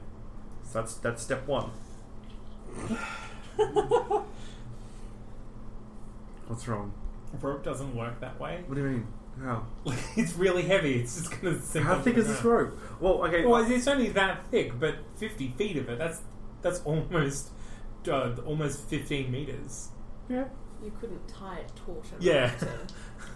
S3: So that's, that's step one. What's wrong?
S4: Rope doesn't work that way.
S3: What do you mean? How?
S4: Like, it's really heavy. It's just going to sink.
S3: How
S4: under
S3: thick
S4: the
S3: is this
S4: ground.
S3: rope? Well, okay.
S4: Well, it's only that thick, but fifty feet of it. That's that's almost uh, almost fifteen meters.
S3: yeah.
S6: You couldn't tie it taut enough.
S4: Yeah.
S6: to-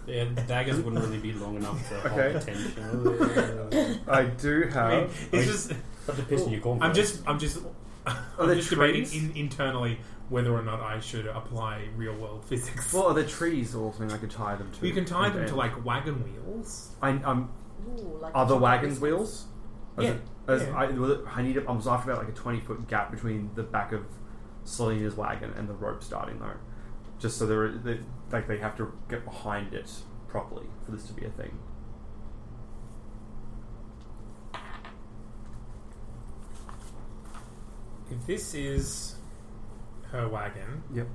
S8: Yeah, the daggers wouldn't really be long enough to
S3: Okay.
S8: hold tension.
S3: I do
S4: Uh, I mean,
S3: have.
S4: it's just.
S8: But the piston you're going
S4: I'm
S8: for.
S4: just. I'm just. I'm
S3: there
S4: just debating
S3: trees?
S4: in, internally whether or not I should apply real world physics.
S3: Well, are there trees or something I could tie them to?
S4: you can tie them
S3: Okay.
S4: to like wagon wheels.
S3: I, um,
S6: Ooh, like
S3: other
S6: two
S3: wagons
S6: buckets.
S3: wheels. As
S4: Yeah,
S3: a- as
S4: yeah.
S3: I, was it- I need. I was after about like a twenty foot gap between the back of Selena's wagon and the rope starting though, just so they're they, like they have to get behind it properly for this to be a thing.
S4: If this is her wagon,
S3: Yep.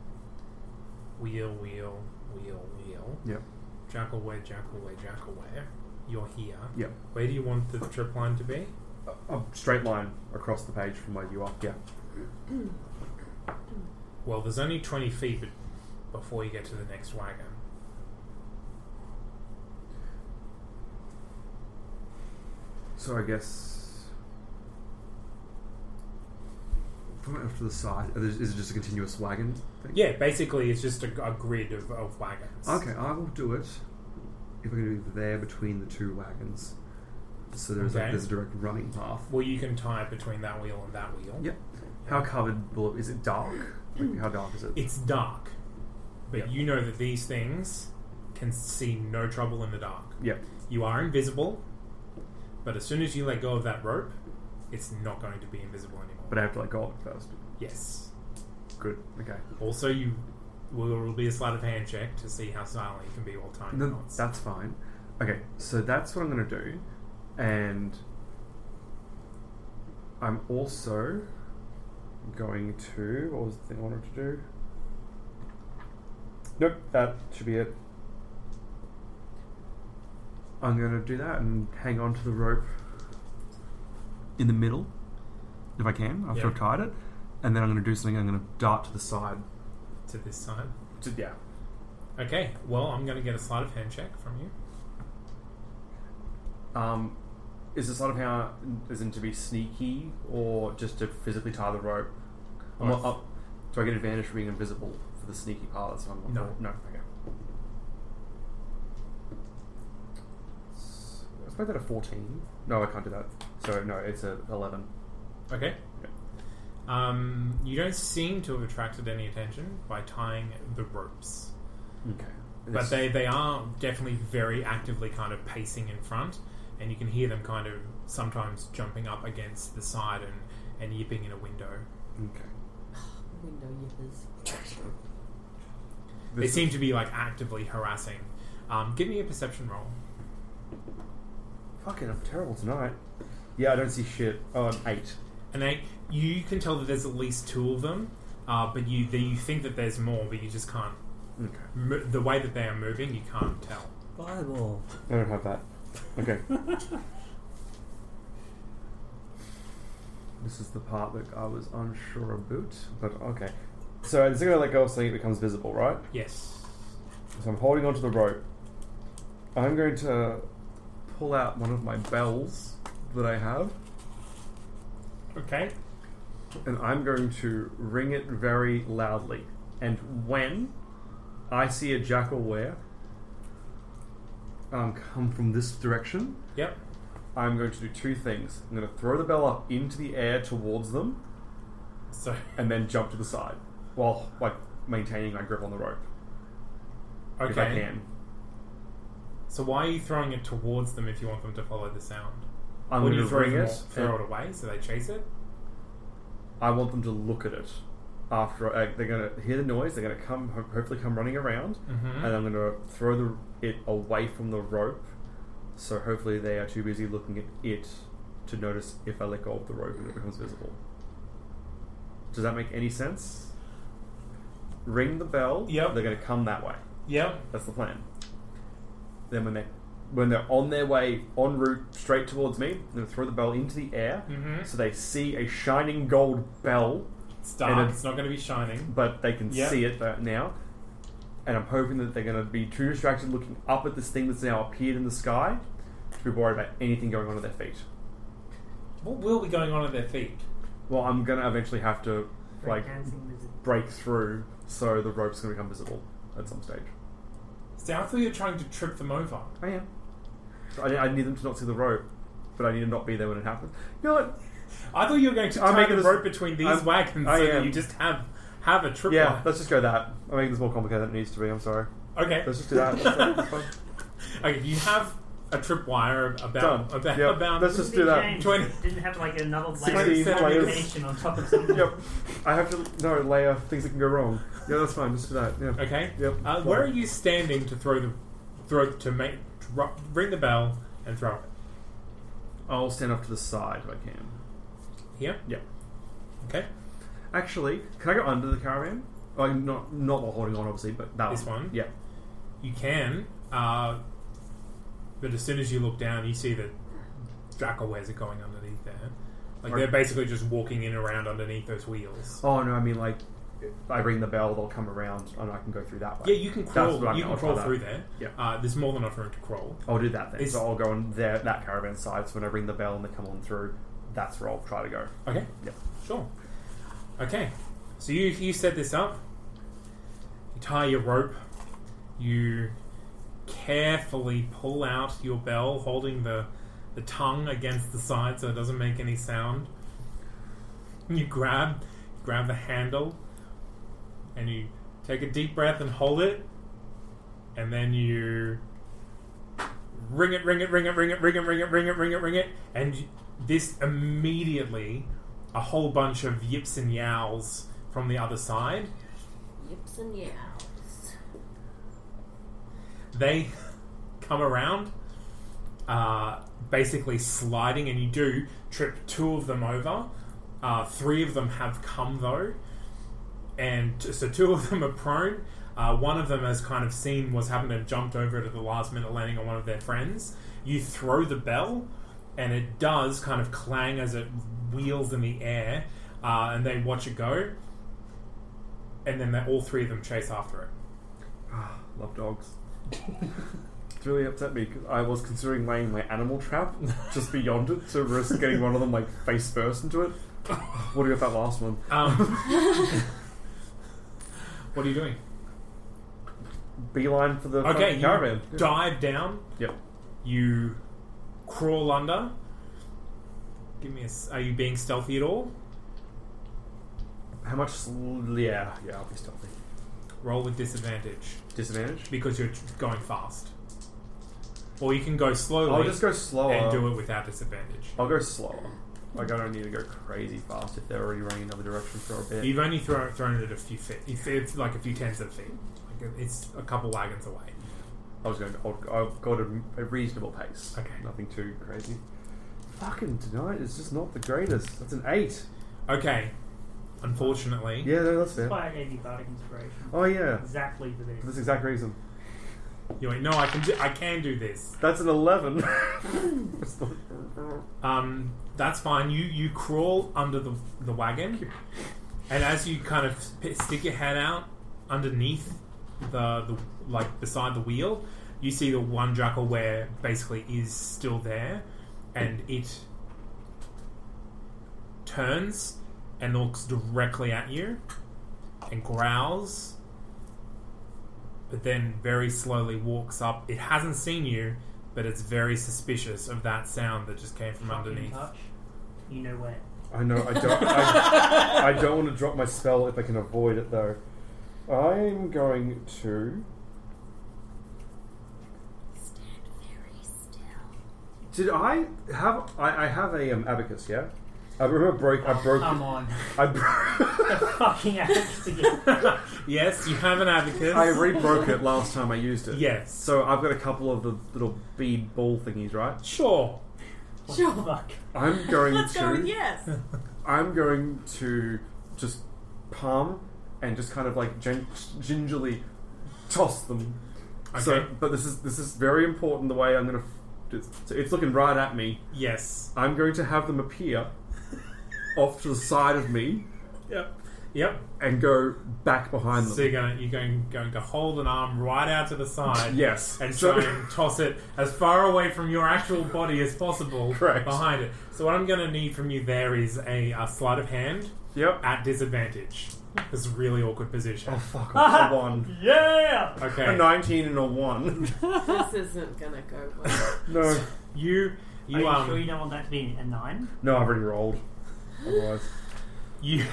S4: wheel, wheel, wheel, wheel,
S3: Yep.
S4: jack away, jack away, jack away. You're here.
S3: Yep.
S4: Where do you want the trip line to be?
S3: A straight line across the page from where you are. Yeah.
S4: Well, there's only 20 feet be- before you get to the next wagon.
S3: So I guess from off to the side. uh, Is is it just a continuous wagon thing?
S4: Yeah, basically, it's just a, a grid of, of wagons.
S3: Okay, I will do it. If I can do it there between the two wagons, so there's
S4: Okay.
S3: like there's a direct running path.
S4: Well, you can tie it between that wheel and that wheel.
S3: Yep. How covered will it, is it dark? Like, how dark is it?
S4: It's dark, but
S3: Yep.
S4: you know that these things can see no trouble in the dark.
S3: Yep.
S4: You are invisible, but as soon as you let go of that rope, it's not going to be invisible anymore.
S3: But I have to like go up first.
S4: yes.
S3: Good. Okay.
S4: Also, you will it will be a sleight of hand check to see how silent you can be while tying the
S3: No,
S4: knots.
S3: that's fine. Okay, so that's what I'm gonna do, and I'm also going to. What was the thing I wanted to do? Nope, that should be it. I'm gonna do that and hang on to the rope in the middle, if I can, after
S4: Yeah.
S3: I've tied it, and then I'm gonna do something. I'm gonna dart to the side.
S4: to this side.
S3: To, yeah.
S4: Okay, well, I'm going to get a sleight of hand check from you.
S3: Um, is this sort of how is in to be sneaky or just to physically tie the rope? I'm not-
S4: Both.
S3: do I get advantage for being invisible for the sneaky part? That's what I'm not
S4: No.
S3: for. no. Okay. So, I suppose that a fourteen. No, I can't do that. So no, it's a eleven.
S4: Okay.
S3: Yeah.
S4: Um, you don't seem to have attracted any attention by tying the ropes.
S3: Okay.
S4: But they, they are definitely very actively kind of pacing in front, and you can hear them kind of sometimes jumping up against the side and, and yipping in a window.
S3: okay.
S6: Window yippers.
S4: They seem to be like actively harassing. Um, give me a perception roll.
S3: Fucking, I'm terrible tonight. Yeah, I don't see shit. Oh, an eight.
S4: And they, you can tell that there's at least two of them, uh, but you, that you think that there's more, but you just can't.
S3: Okay.
S4: Mo- the way that they are moving, you can't tell.
S5: Bible.
S3: I don't have that. Okay. this is the part that I was unsure about, but okay. So this is gonna let go of something that becomes visible, right?
S4: Yes.
S3: So I'm holding onto the rope. I'm going to pull out one of my bells that I have,
S4: Okay.
S3: and I'm going to ring it very loudly. And when I see a jackal ware um, come from this direction,
S4: Yep.
S3: I'm going to do two things. I'm going to throw the bell up into the air towards them,
S4: So,
S3: and then jump to the side while like maintaining my grip on the rope
S4: okay.
S3: if I can.
S4: So why are you throwing it towards them if you want them to follow the sound?
S3: I'm
S4: When
S3: going
S4: you
S3: to
S4: throw
S3: bring
S4: them
S3: it.
S4: off, throw it
S3: and
S4: away so they chase it.
S3: I want them to look at it. After uh, they're going to hear the noise, they're going to come ho- hopefully come running around,
S4: Mm-hmm.
S3: and I'm going to throw the, it away from the rope. So hopefully they are too busy looking at it to notice if I let go of the rope and it becomes visible. Does that make any sense? Ring the bell.
S4: Yep.
S3: They're going to come that way.
S4: Yep.
S3: That's the plan. Then when they when they're on their way en route straight towards me, I'm gonna throw the bell into the air
S4: Mhm.
S3: so they see a shining gold bell,
S4: It's
S3: And
S4: dark.
S3: it-
S4: It's not going to be shining.
S3: but they can
S4: Yeah.
S3: see it uh, now. and I'm hoping that they're going to be too distracted looking up at this thing that's now appeared in the sky to be worried about anything going on at their feet.
S4: What will be going on at their feet?
S3: Well, I'm going to eventually have to like
S7: dancing lizard.
S3: break through so the rope's going to become visible at some stage.
S4: Sounds like you're trying to trip them over.
S3: I am. So I, I need them to not see the rope, but I need to not be there when it happens. You know what?
S4: I thought you were going to
S3: I'm
S4: tie the
S3: making this-
S4: rope between these
S3: I'm-
S4: wagons
S3: I
S4: so that
S3: am.
S4: you just have have a trip
S3: Yeah,
S4: wire.
S3: let's just go that. I'm making this more complicated than it needs to be. I'm sorry.
S4: Okay.
S3: Let's just do that. It's fine.
S4: Okay, you have a trip wire
S3: Done.
S4: about about,
S3: Yep.
S4: about
S3: Let's just do that.
S7: Shame it
S4: 20.
S7: Didn't have like another layer
S3: Sixty
S7: of
S3: layers.
S7: sedimentation on top of something.
S3: Yep. I have to no layer things that can go wrong. Yeah, that's fine. Just do that. Yeah.
S4: Okay.
S3: Yep.
S4: Uh, where are you standing to throw the throw to make to ru- ring the bell and throw it?
S3: I'll stand up to the side if I can.
S4: Here.
S3: Yeah.
S4: Okay.
S3: Actually, can I go under the caravan? Like not not while holding on, obviously, but that
S4: This one?
S3: Yeah.
S4: You can. Uh, but as soon as you look down, you see that Draco wares are going underneath there. Like
S3: Right.
S4: they're basically just walking in around underneath those wheels.
S3: Oh no, I mean like I ring the bell, they'll come around, and I can go through that way.
S4: Yeah, you can
S3: That's
S4: crawl.
S3: what I
S4: You
S3: meant,
S4: can
S3: I'll try
S4: crawl
S3: that.
S4: through there.
S3: Yeah.
S4: Uh, there's more than enough room to crawl.
S3: I'll do that then.
S4: It's-
S3: So I'll go on there that caravan side. So when I ring the bell and they come on through, that's where I'll try to go.
S4: Okay.
S3: Yeah.
S4: Sure. Okay. So you you set this up. You tie your rope. You carefully pull out your bell, holding the the tongue against the side so it doesn't make any sound. And you grab grab the handle, and you take a deep breath and hold it, and then you ring it, ring it, ring it, ring it, ring it, ring it, ring it, ring it, ring it, and y- this immediately a whole bunch of yips and yowls from the other side.
S6: Yips and yowls.
S4: They come around, uh, basically sliding, and you do trip two of them over. Uh, three of them have come though, and t- so two of them are prone. Uh, one of them has kind of seen what's happened and jumped over it at the last minute, landing on one of their friends. You throw the bell, and it does kind of clang as it wheels in the air, uh, and they watch it go, and then they, all three of them chase after it.
S3: Love dogs. it's really upset me 'cause I was considering laying my animal trap just beyond it to risk getting one of them like face first into it. What do you got that last one?
S4: Um, what are you doing?
S3: Beeline for the
S4: Okay,
S3: fucking
S4: you
S3: caravan.
S4: dive down.
S3: Yep.
S4: You crawl under. Give me a. s- Are you being stealthy at all?
S3: How much? Sl- yeah, yeah. I'll be stealthy.
S4: Roll with disadvantage
S3: Disadvantage.
S4: because you're going fast. Or you can go slowly
S3: I'll just go uh, slower.
S4: and do it without disadvantage.
S3: I'll go slower. Like I don't need to go crazy fast if they're already running another direction for a bit.
S4: You've only thrown, thrown it a few feet. It's, it's like a few tens of feet. Like it's a couple wagons away.
S3: I was going. I'll, I've got a, a reasonable pace.
S4: Okay.
S3: Nothing too crazy. Fucking tonight is just not the greatest. That's an eight.
S4: Okay. Unfortunately,
S3: Yeah, no, that's fair.
S7: That's why I gave you bardic inspiration.
S3: Oh yeah,
S7: Exactly for
S3: for
S7: this.
S3: this exact reason.
S4: you're like, no, I can do, I can do this.
S3: That's an eleven.
S4: Um, that's fine. You you crawl under the, the wagon, and as you kind of p- stick your head out underneath the, the like beside the wheel, you see the one jackal where basically is still there, and it turns and looks directly at you and growls, but then very slowly walks up. It hasn't seen you, but it's very suspicious of that sound that just came from
S7: You
S4: underneath.
S7: touch, you know where.
S3: I know. I don't. I, I don't want to drop my spell if I can avoid it though. I'm going to. Did I have? I, I have a um, abacus. Yeah. I remember broke.
S6: Oh,
S3: I broke.
S7: Come on.
S3: I, bro-
S7: Fucking axe again.
S4: Yes, you have an abacus.
S3: I re-broke it last time I used it.
S4: Yes.
S3: So I've got a couple of the little bead ball thingies, right?
S4: sure.
S7: Sure. Fuck.
S3: I'm going
S6: Let's
S3: to.
S6: go with yes.
S3: I'm going to just palm and just kind of like gen- gingerly toss them. So,
S4: Okay.
S3: but this is this is very important. The way I'm going to, f- do this. so it's looking right at me.
S4: Yes.
S3: I'm going to have them appear off to the side of me,
S4: Yep. Yep.
S3: and go back behind them.
S4: So you're going, you're going, going to hold an arm right out to the side.
S3: Yes.
S4: And
S3: So-
S4: try and toss it as far away from your actual body as possible
S3: Correct.
S4: behind it. So what I'm going to need from you there is a, a sleight of hand
S3: Yep.
S4: at disadvantage. This is a really awkward position.
S7: Oh,
S3: Fuck off, a one.
S7: Yeah!
S4: Okay.
S3: A nineteen and a one.
S6: this isn't gonna go well.
S3: no,
S4: You you
S7: Are you
S4: um
S7: sure you don't want that to be a nine?
S3: no, I've already rolled. Otherwise,
S4: you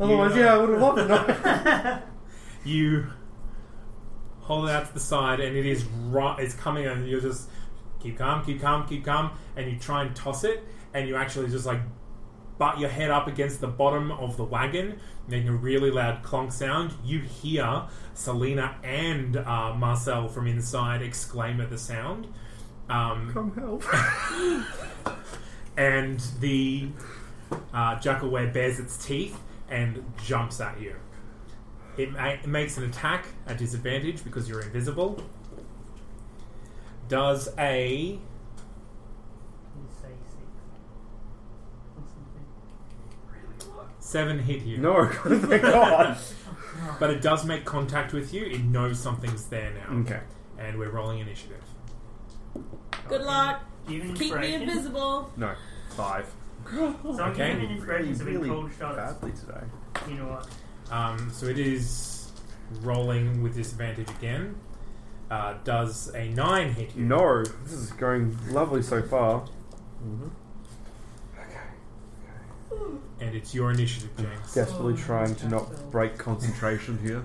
S3: otherwise,
S4: You-
S3: yeah, I would have loved it. No.
S4: you hold it out to the side, and it is ru- it's coming, and you're just keep calm, keep calm, keep calm, and you try and toss it, and you actually just like butt your head up against the bottom of the wagon, making a really loud clonk sound. You hear Selena and uh, Marcel from inside exclaim at the sound. Um,
S3: Come help.
S4: and the uh, jackalware bares its teeth and jumps at you. It, ma- it makes an attack at disadvantage because you're invisible. Does a
S7: You say six. Or something.
S4: seven hit you?
S3: No, thank Oh God.
S4: But it does make contact with you. It knows something's there now.
S3: Okay.
S4: And we're rolling initiative.
S6: Good luck.
S7: Do you have an
S6: Keep me
S7: inspiration?
S6: invisible.
S3: No, five.
S7: So I'm
S4: Okay.
S7: giving an inspiration so we cold shots.
S3: today.
S7: You know what?
S4: Um, so it is rolling with disadvantage again. Uh, does a nine hit you?
S3: No, this is going lovely so far.
S4: And it's your initiative, James.
S7: Oh,
S3: Desperately trying to not break concentration here.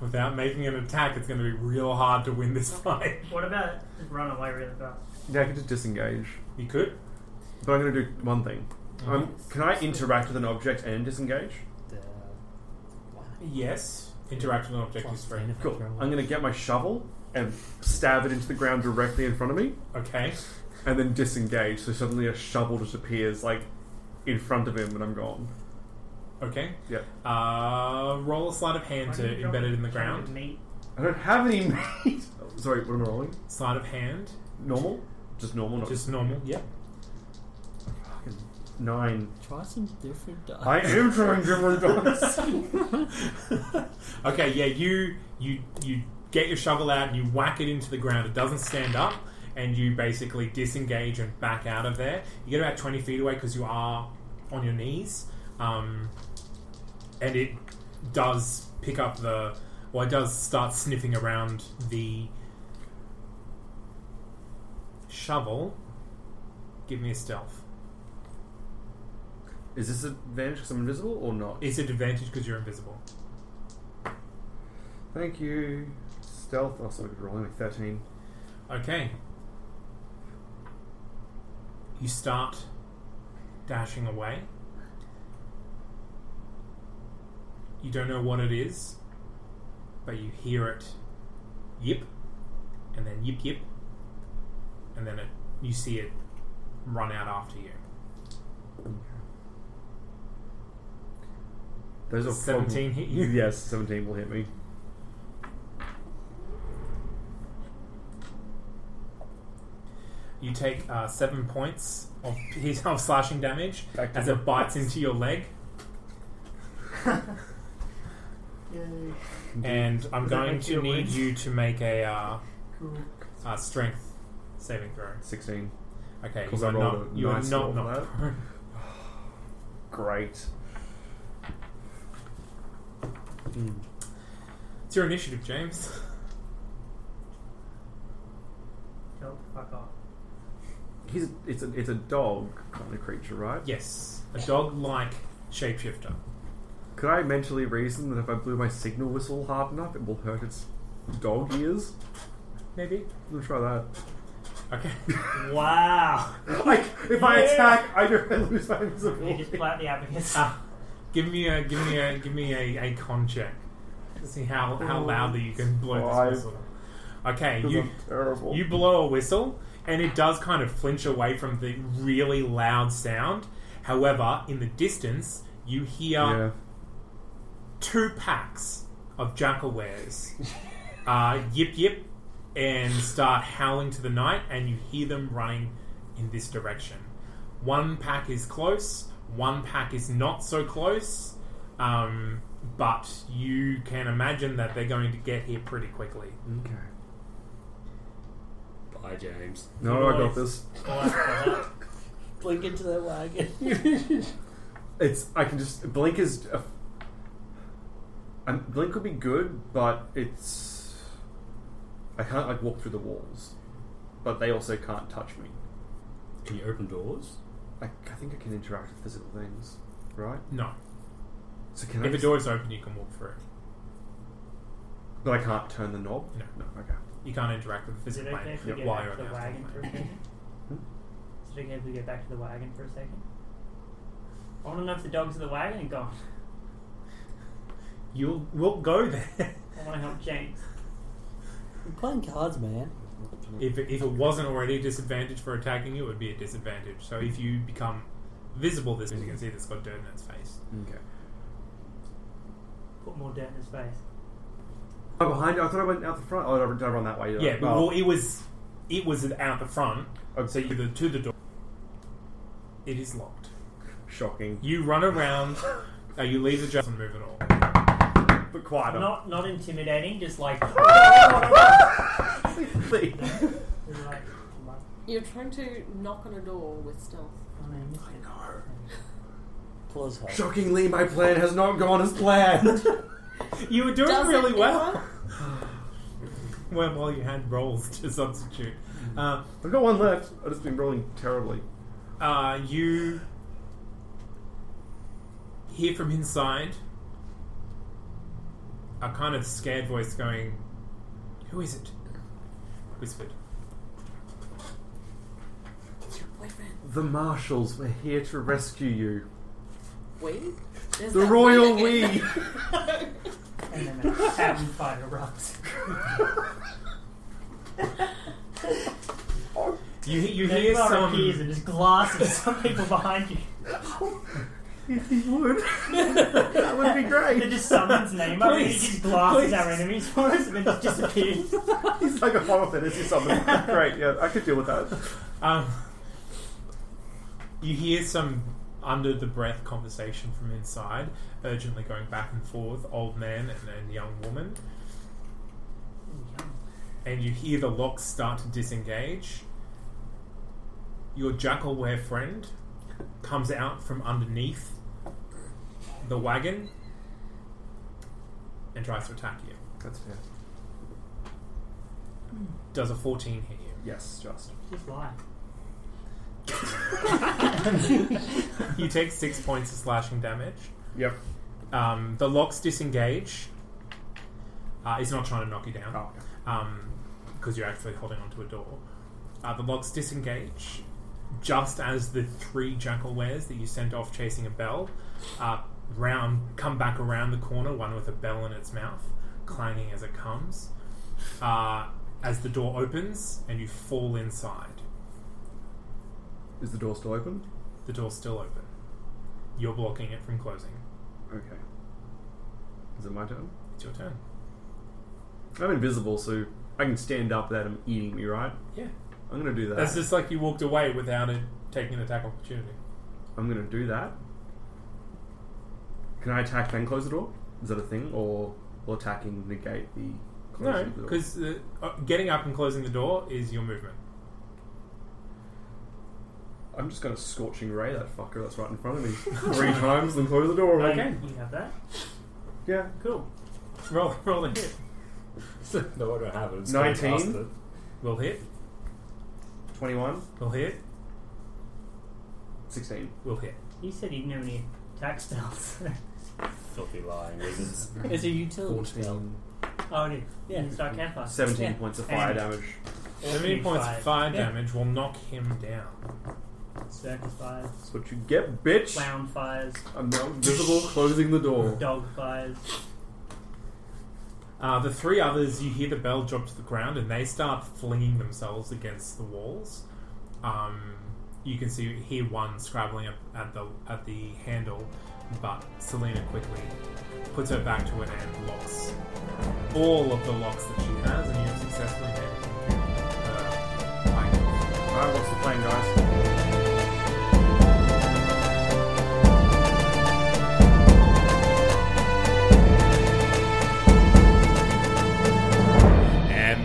S4: Without making an attack, it's going to be real hard to win this fight.
S7: What about just run away really fast?
S3: Yeah, I can just disengage.
S4: You could.
S3: But I'm going to do one thing.
S7: Uh-huh.
S3: Um, can I interact with an object and disengage?
S4: Yes. Interaction with an object is free.
S3: Cool. I'm going to get my shovel and stab it into the ground directly in front of me,
S4: Okay.
S3: and then disengage. So suddenly a shovel just appears like in front of him, and I'm gone.
S4: Okay.
S3: Yep.
S4: Uh, roll a sleight of hand to embed it in the ground.
S7: Meat.
S3: I don't have any meat. Oh, Sorry, what am I rolling?
S4: Sleight of hand.
S3: Normal? Just normal? Not
S4: Just normal. Yep.
S3: fucking nine.
S5: Try some different dice.
S3: I am trying different dice.
S4: okay. Yeah. You you you get your shovel out and you whack it into the ground. It doesn't stand up. And you basically disengage and back out of there. You get about twenty feet away because you are on your knees, um, and it does pick up the. Well, it does start sniffing around the shovel. Give me a stealth.
S3: Is this advantage because I'm invisible or not?
S4: It's an advantage because you're invisible.
S3: Thank you. Stealth. Oh, sorry, rolling like 13.
S4: Okay. You start dashing away. You don't know what it is, but you hear it yip, and then yip yip, and then it, you see it run out after you.
S3: Those are
S4: 17 hit you?
S3: Yes, 17 will hit me.
S4: You take uh, seven points of, of slashing damage
S3: Back to
S4: as
S3: the-
S4: it bites into your leg,
S7: Yay.
S4: and I'm
S7: Mm-hmm. that
S4: going
S7: make
S4: to
S7: your
S4: need
S7: wins?
S4: you to make a uh,
S7: Cool.
S4: uh, strength saving throw.
S3: 16.
S4: Okay,
S3: 'Cause
S4: you
S3: I
S4: are
S3: rolled
S4: not,
S3: a
S4: you are
S3: nice
S4: not
S3: roll
S4: knocked
S3: for
S4: prone.
S3: Great. Hmm.
S4: It's your initiative, James.
S7: Tell the fuck off.
S3: He's, it's, a, it's a dog kind of creature, right?
S4: Yes, a dog-like shapeshifter.
S3: Could I mentally reason that if I blew my signal whistle hard enough, it will hurt its dog ears?
S4: Maybe.
S3: We'll try that.
S4: Okay.
S7: Wow.
S3: Like, if I
S7: Yeah.
S3: attack, I don't I lose my
S7: you
S3: invisibility.
S7: just pull out the abacus.
S4: Ah, give me a give me a give me a, a con check to see how how loudly you can blow
S3: Five.
S4: this whistle. Okay,
S3: 'Cause
S4: you
S3: I'm terrible.
S4: You blow a whistle, and it does kind of flinch away from the really loud sound. However, in the distance, you hear
S3: yeah.
S4: two packs of jackalwares uh, yip yip and start howling to the night, and you hear them running in this direction. One pack is close, one pack is not so close, Um, but you can imagine that they're going to get here pretty quickly.
S3: Okay.
S8: Bye, James.
S3: No, I got this.
S6: Blink into their wagon.
S3: It's I can just blink is. a- um, blink would be good, but it's. I can't like walk through the walls, but they also can't touch me.
S8: Can you open doors?
S3: I, I think I can interact with physical things, right?
S4: No.
S3: So can I?
S4: If the
S3: just-
S4: door is open, you can walk through.
S3: But I can't turn the knob.
S4: No.
S3: okay.
S4: You can't interact with the
S7: Is it
S4: physical
S7: okay
S4: plane
S7: if we get
S4: while
S7: back
S4: you're
S7: to
S4: on
S7: the
S4: the astral
S7: wagon for a
S4: plane.
S7: second? Is it okay if we get back to the wagon for a second? I want to know if the dogs in the wagon are gone.
S4: You'll we'll go there.
S7: I want to help James.
S10: We're playing cards, man.
S4: if it, if it wasn't already a disadvantage for attacking you, it would be a disadvantage. So if you become visible, this you can see that's got dirt in its face.
S3: Okay.
S7: Put more dirt in his face.
S3: Oh, behind! I thought I went out the front. Oh, did I run that way?
S4: Yeah, but
S3: Oh.
S4: well, it was it was out the front,
S3: Oh,
S4: so you the, to the door. It is locked.
S3: shocking.
S4: You run around. uh, you leave the jail and move at all.
S3: But quieter.
S7: Not not intimidating, just like. like what?
S6: You're trying to knock on a door with stealth.
S7: Oh, no, you missed it.
S10: Claws hole.
S3: Shockingly, my plan has not gone as planned.
S4: You were doing
S6: Does it
S4: really well.
S6: ever?
S4: well. Well, you had rolls to substitute. Uh,
S3: I've got one left. I've just been rolling terribly.
S4: uh, you hear from inside a kind of scared voice going, "Who is it?" Whispered.
S6: It's your boyfriend.
S3: The marshals were here to rescue you.
S6: We? There's
S3: The
S6: that
S3: royal
S6: one again.
S3: we.
S7: And then a cabin fire erupts.
S4: You he- you
S7: Then
S4: hear
S7: fire
S4: some.
S7: appears and just glasses some people behind you.
S3: If you would, that would be
S7: They
S3: great.
S7: just summons name up and he
S4: Please,
S7: just glasses
S4: please.
S7: our enemies for us and then just disappears.
S3: He's like a final fantasy something. Great. Yeah, I could deal with that.
S4: Um, you hear some under the breath conversation from inside, urgently going back and forth, old man and, and young woman. And you hear the locks start to disengage. Your jackalware friend comes out from underneath the wagon and tries to attack you.
S3: That's fair.
S4: Does a 14 hit you?
S3: Yes, just.
S7: Just lie.
S4: You take six points of slashing damage.
S3: Yep.
S4: Um, the locks disengage. Uh, it's not trying to knock you down
S3: Oh, yeah.
S4: because you're actually holding onto a door. Uh, the locks disengage just as the three jackalwares that you sent off chasing a bell uh, round come back around the corner, one with a bell in its mouth, clanging as it comes. Uh, as the door opens and you fall inside,
S3: Is the door still open?
S4: the door's still open. You're blocking it from closing.
S3: Okay. Is it my turn?
S4: It's your turn.
S3: I'm invisible, so I can stand up without him eating me, right?
S4: Yeah.
S3: I'm gonna do that.
S4: That's just like you walked away without it taking an attack opportunity.
S3: I'm gonna do that. Can I attack then close the door? Is that a thing, or will attacking negate the
S4: No,
S3: closing of the door?
S4: because uh, uh, getting up and closing the door is your movement.
S3: I'm just gonna scorching ray that fucker that's right in front of me three times and close the door.
S7: Like,
S3: Okay.
S7: You have that?
S3: Yeah.
S7: Cool.
S4: Roll, roll a hit.
S8: no, I don't have it. It's going
S3: 19?
S8: past it.
S4: Will hit.
S3: Twenty-one.
S4: Will hit.
S3: Sixteen.
S4: Will hit.
S7: You said you didn't have any attack spells.
S8: Filthy lying wizards.
S10: It's a utility spell.
S7: oh, it is.
S10: Yeah.
S7: You start campfire.
S3: Seventeen
S10: Yeah.
S3: points of fire
S7: And-
S3: damage.
S4: Seventy points of
S7: Five.
S4: fire
S10: Yeah.
S4: damage will knock him down.
S7: Circus fires.
S3: That's what you get, bitch.
S7: Clown fires.
S3: I'm now invisible, closing the door.
S7: Dog fires.
S4: Uh, the three others, you hear the bell drop to the ground, and they start flinging themselves against the walls. Um, you can see hear one scrabbling up at the at the handle, but Selena quickly puts her back to it and locks all of the locks that she has, and you have successfully made uh, like,
S3: Alright, what's the plan, guys?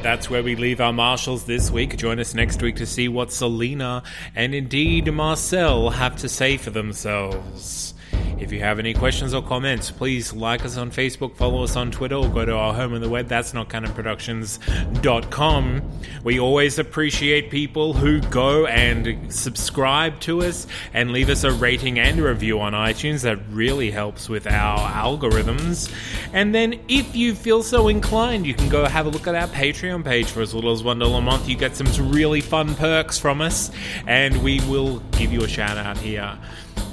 S4: that's where we leave our marshals this week. Join us next week to see what Selena and indeed Marcel have to say for themselves. If you have any questions or comments, please like us on Facebook, follow us on Twitter, or go to our home on the web, that's not canonproductions.com. We always appreciate people who go and subscribe to us and leave us a rating and review on iTunes. That really helps with our algorithms. And then if you feel so inclined, you can go have a look at our Patreon page for as little as $1 a month. You get some really fun perks from us, and we will give you a shout out here.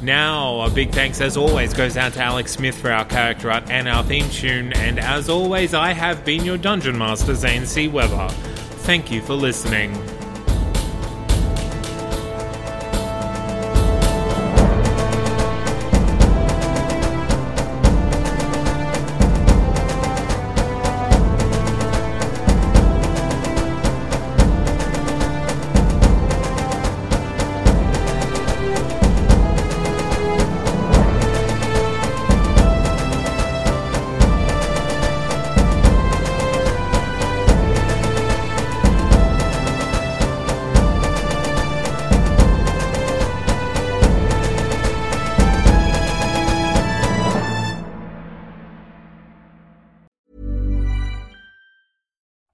S4: Now, a big thanks as always goes out to Alex Smith for our character art and our theme tune. And as always, I have been your Dungeon Master, Zane C. Weber. Thank you for listening.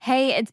S7: Hey, it's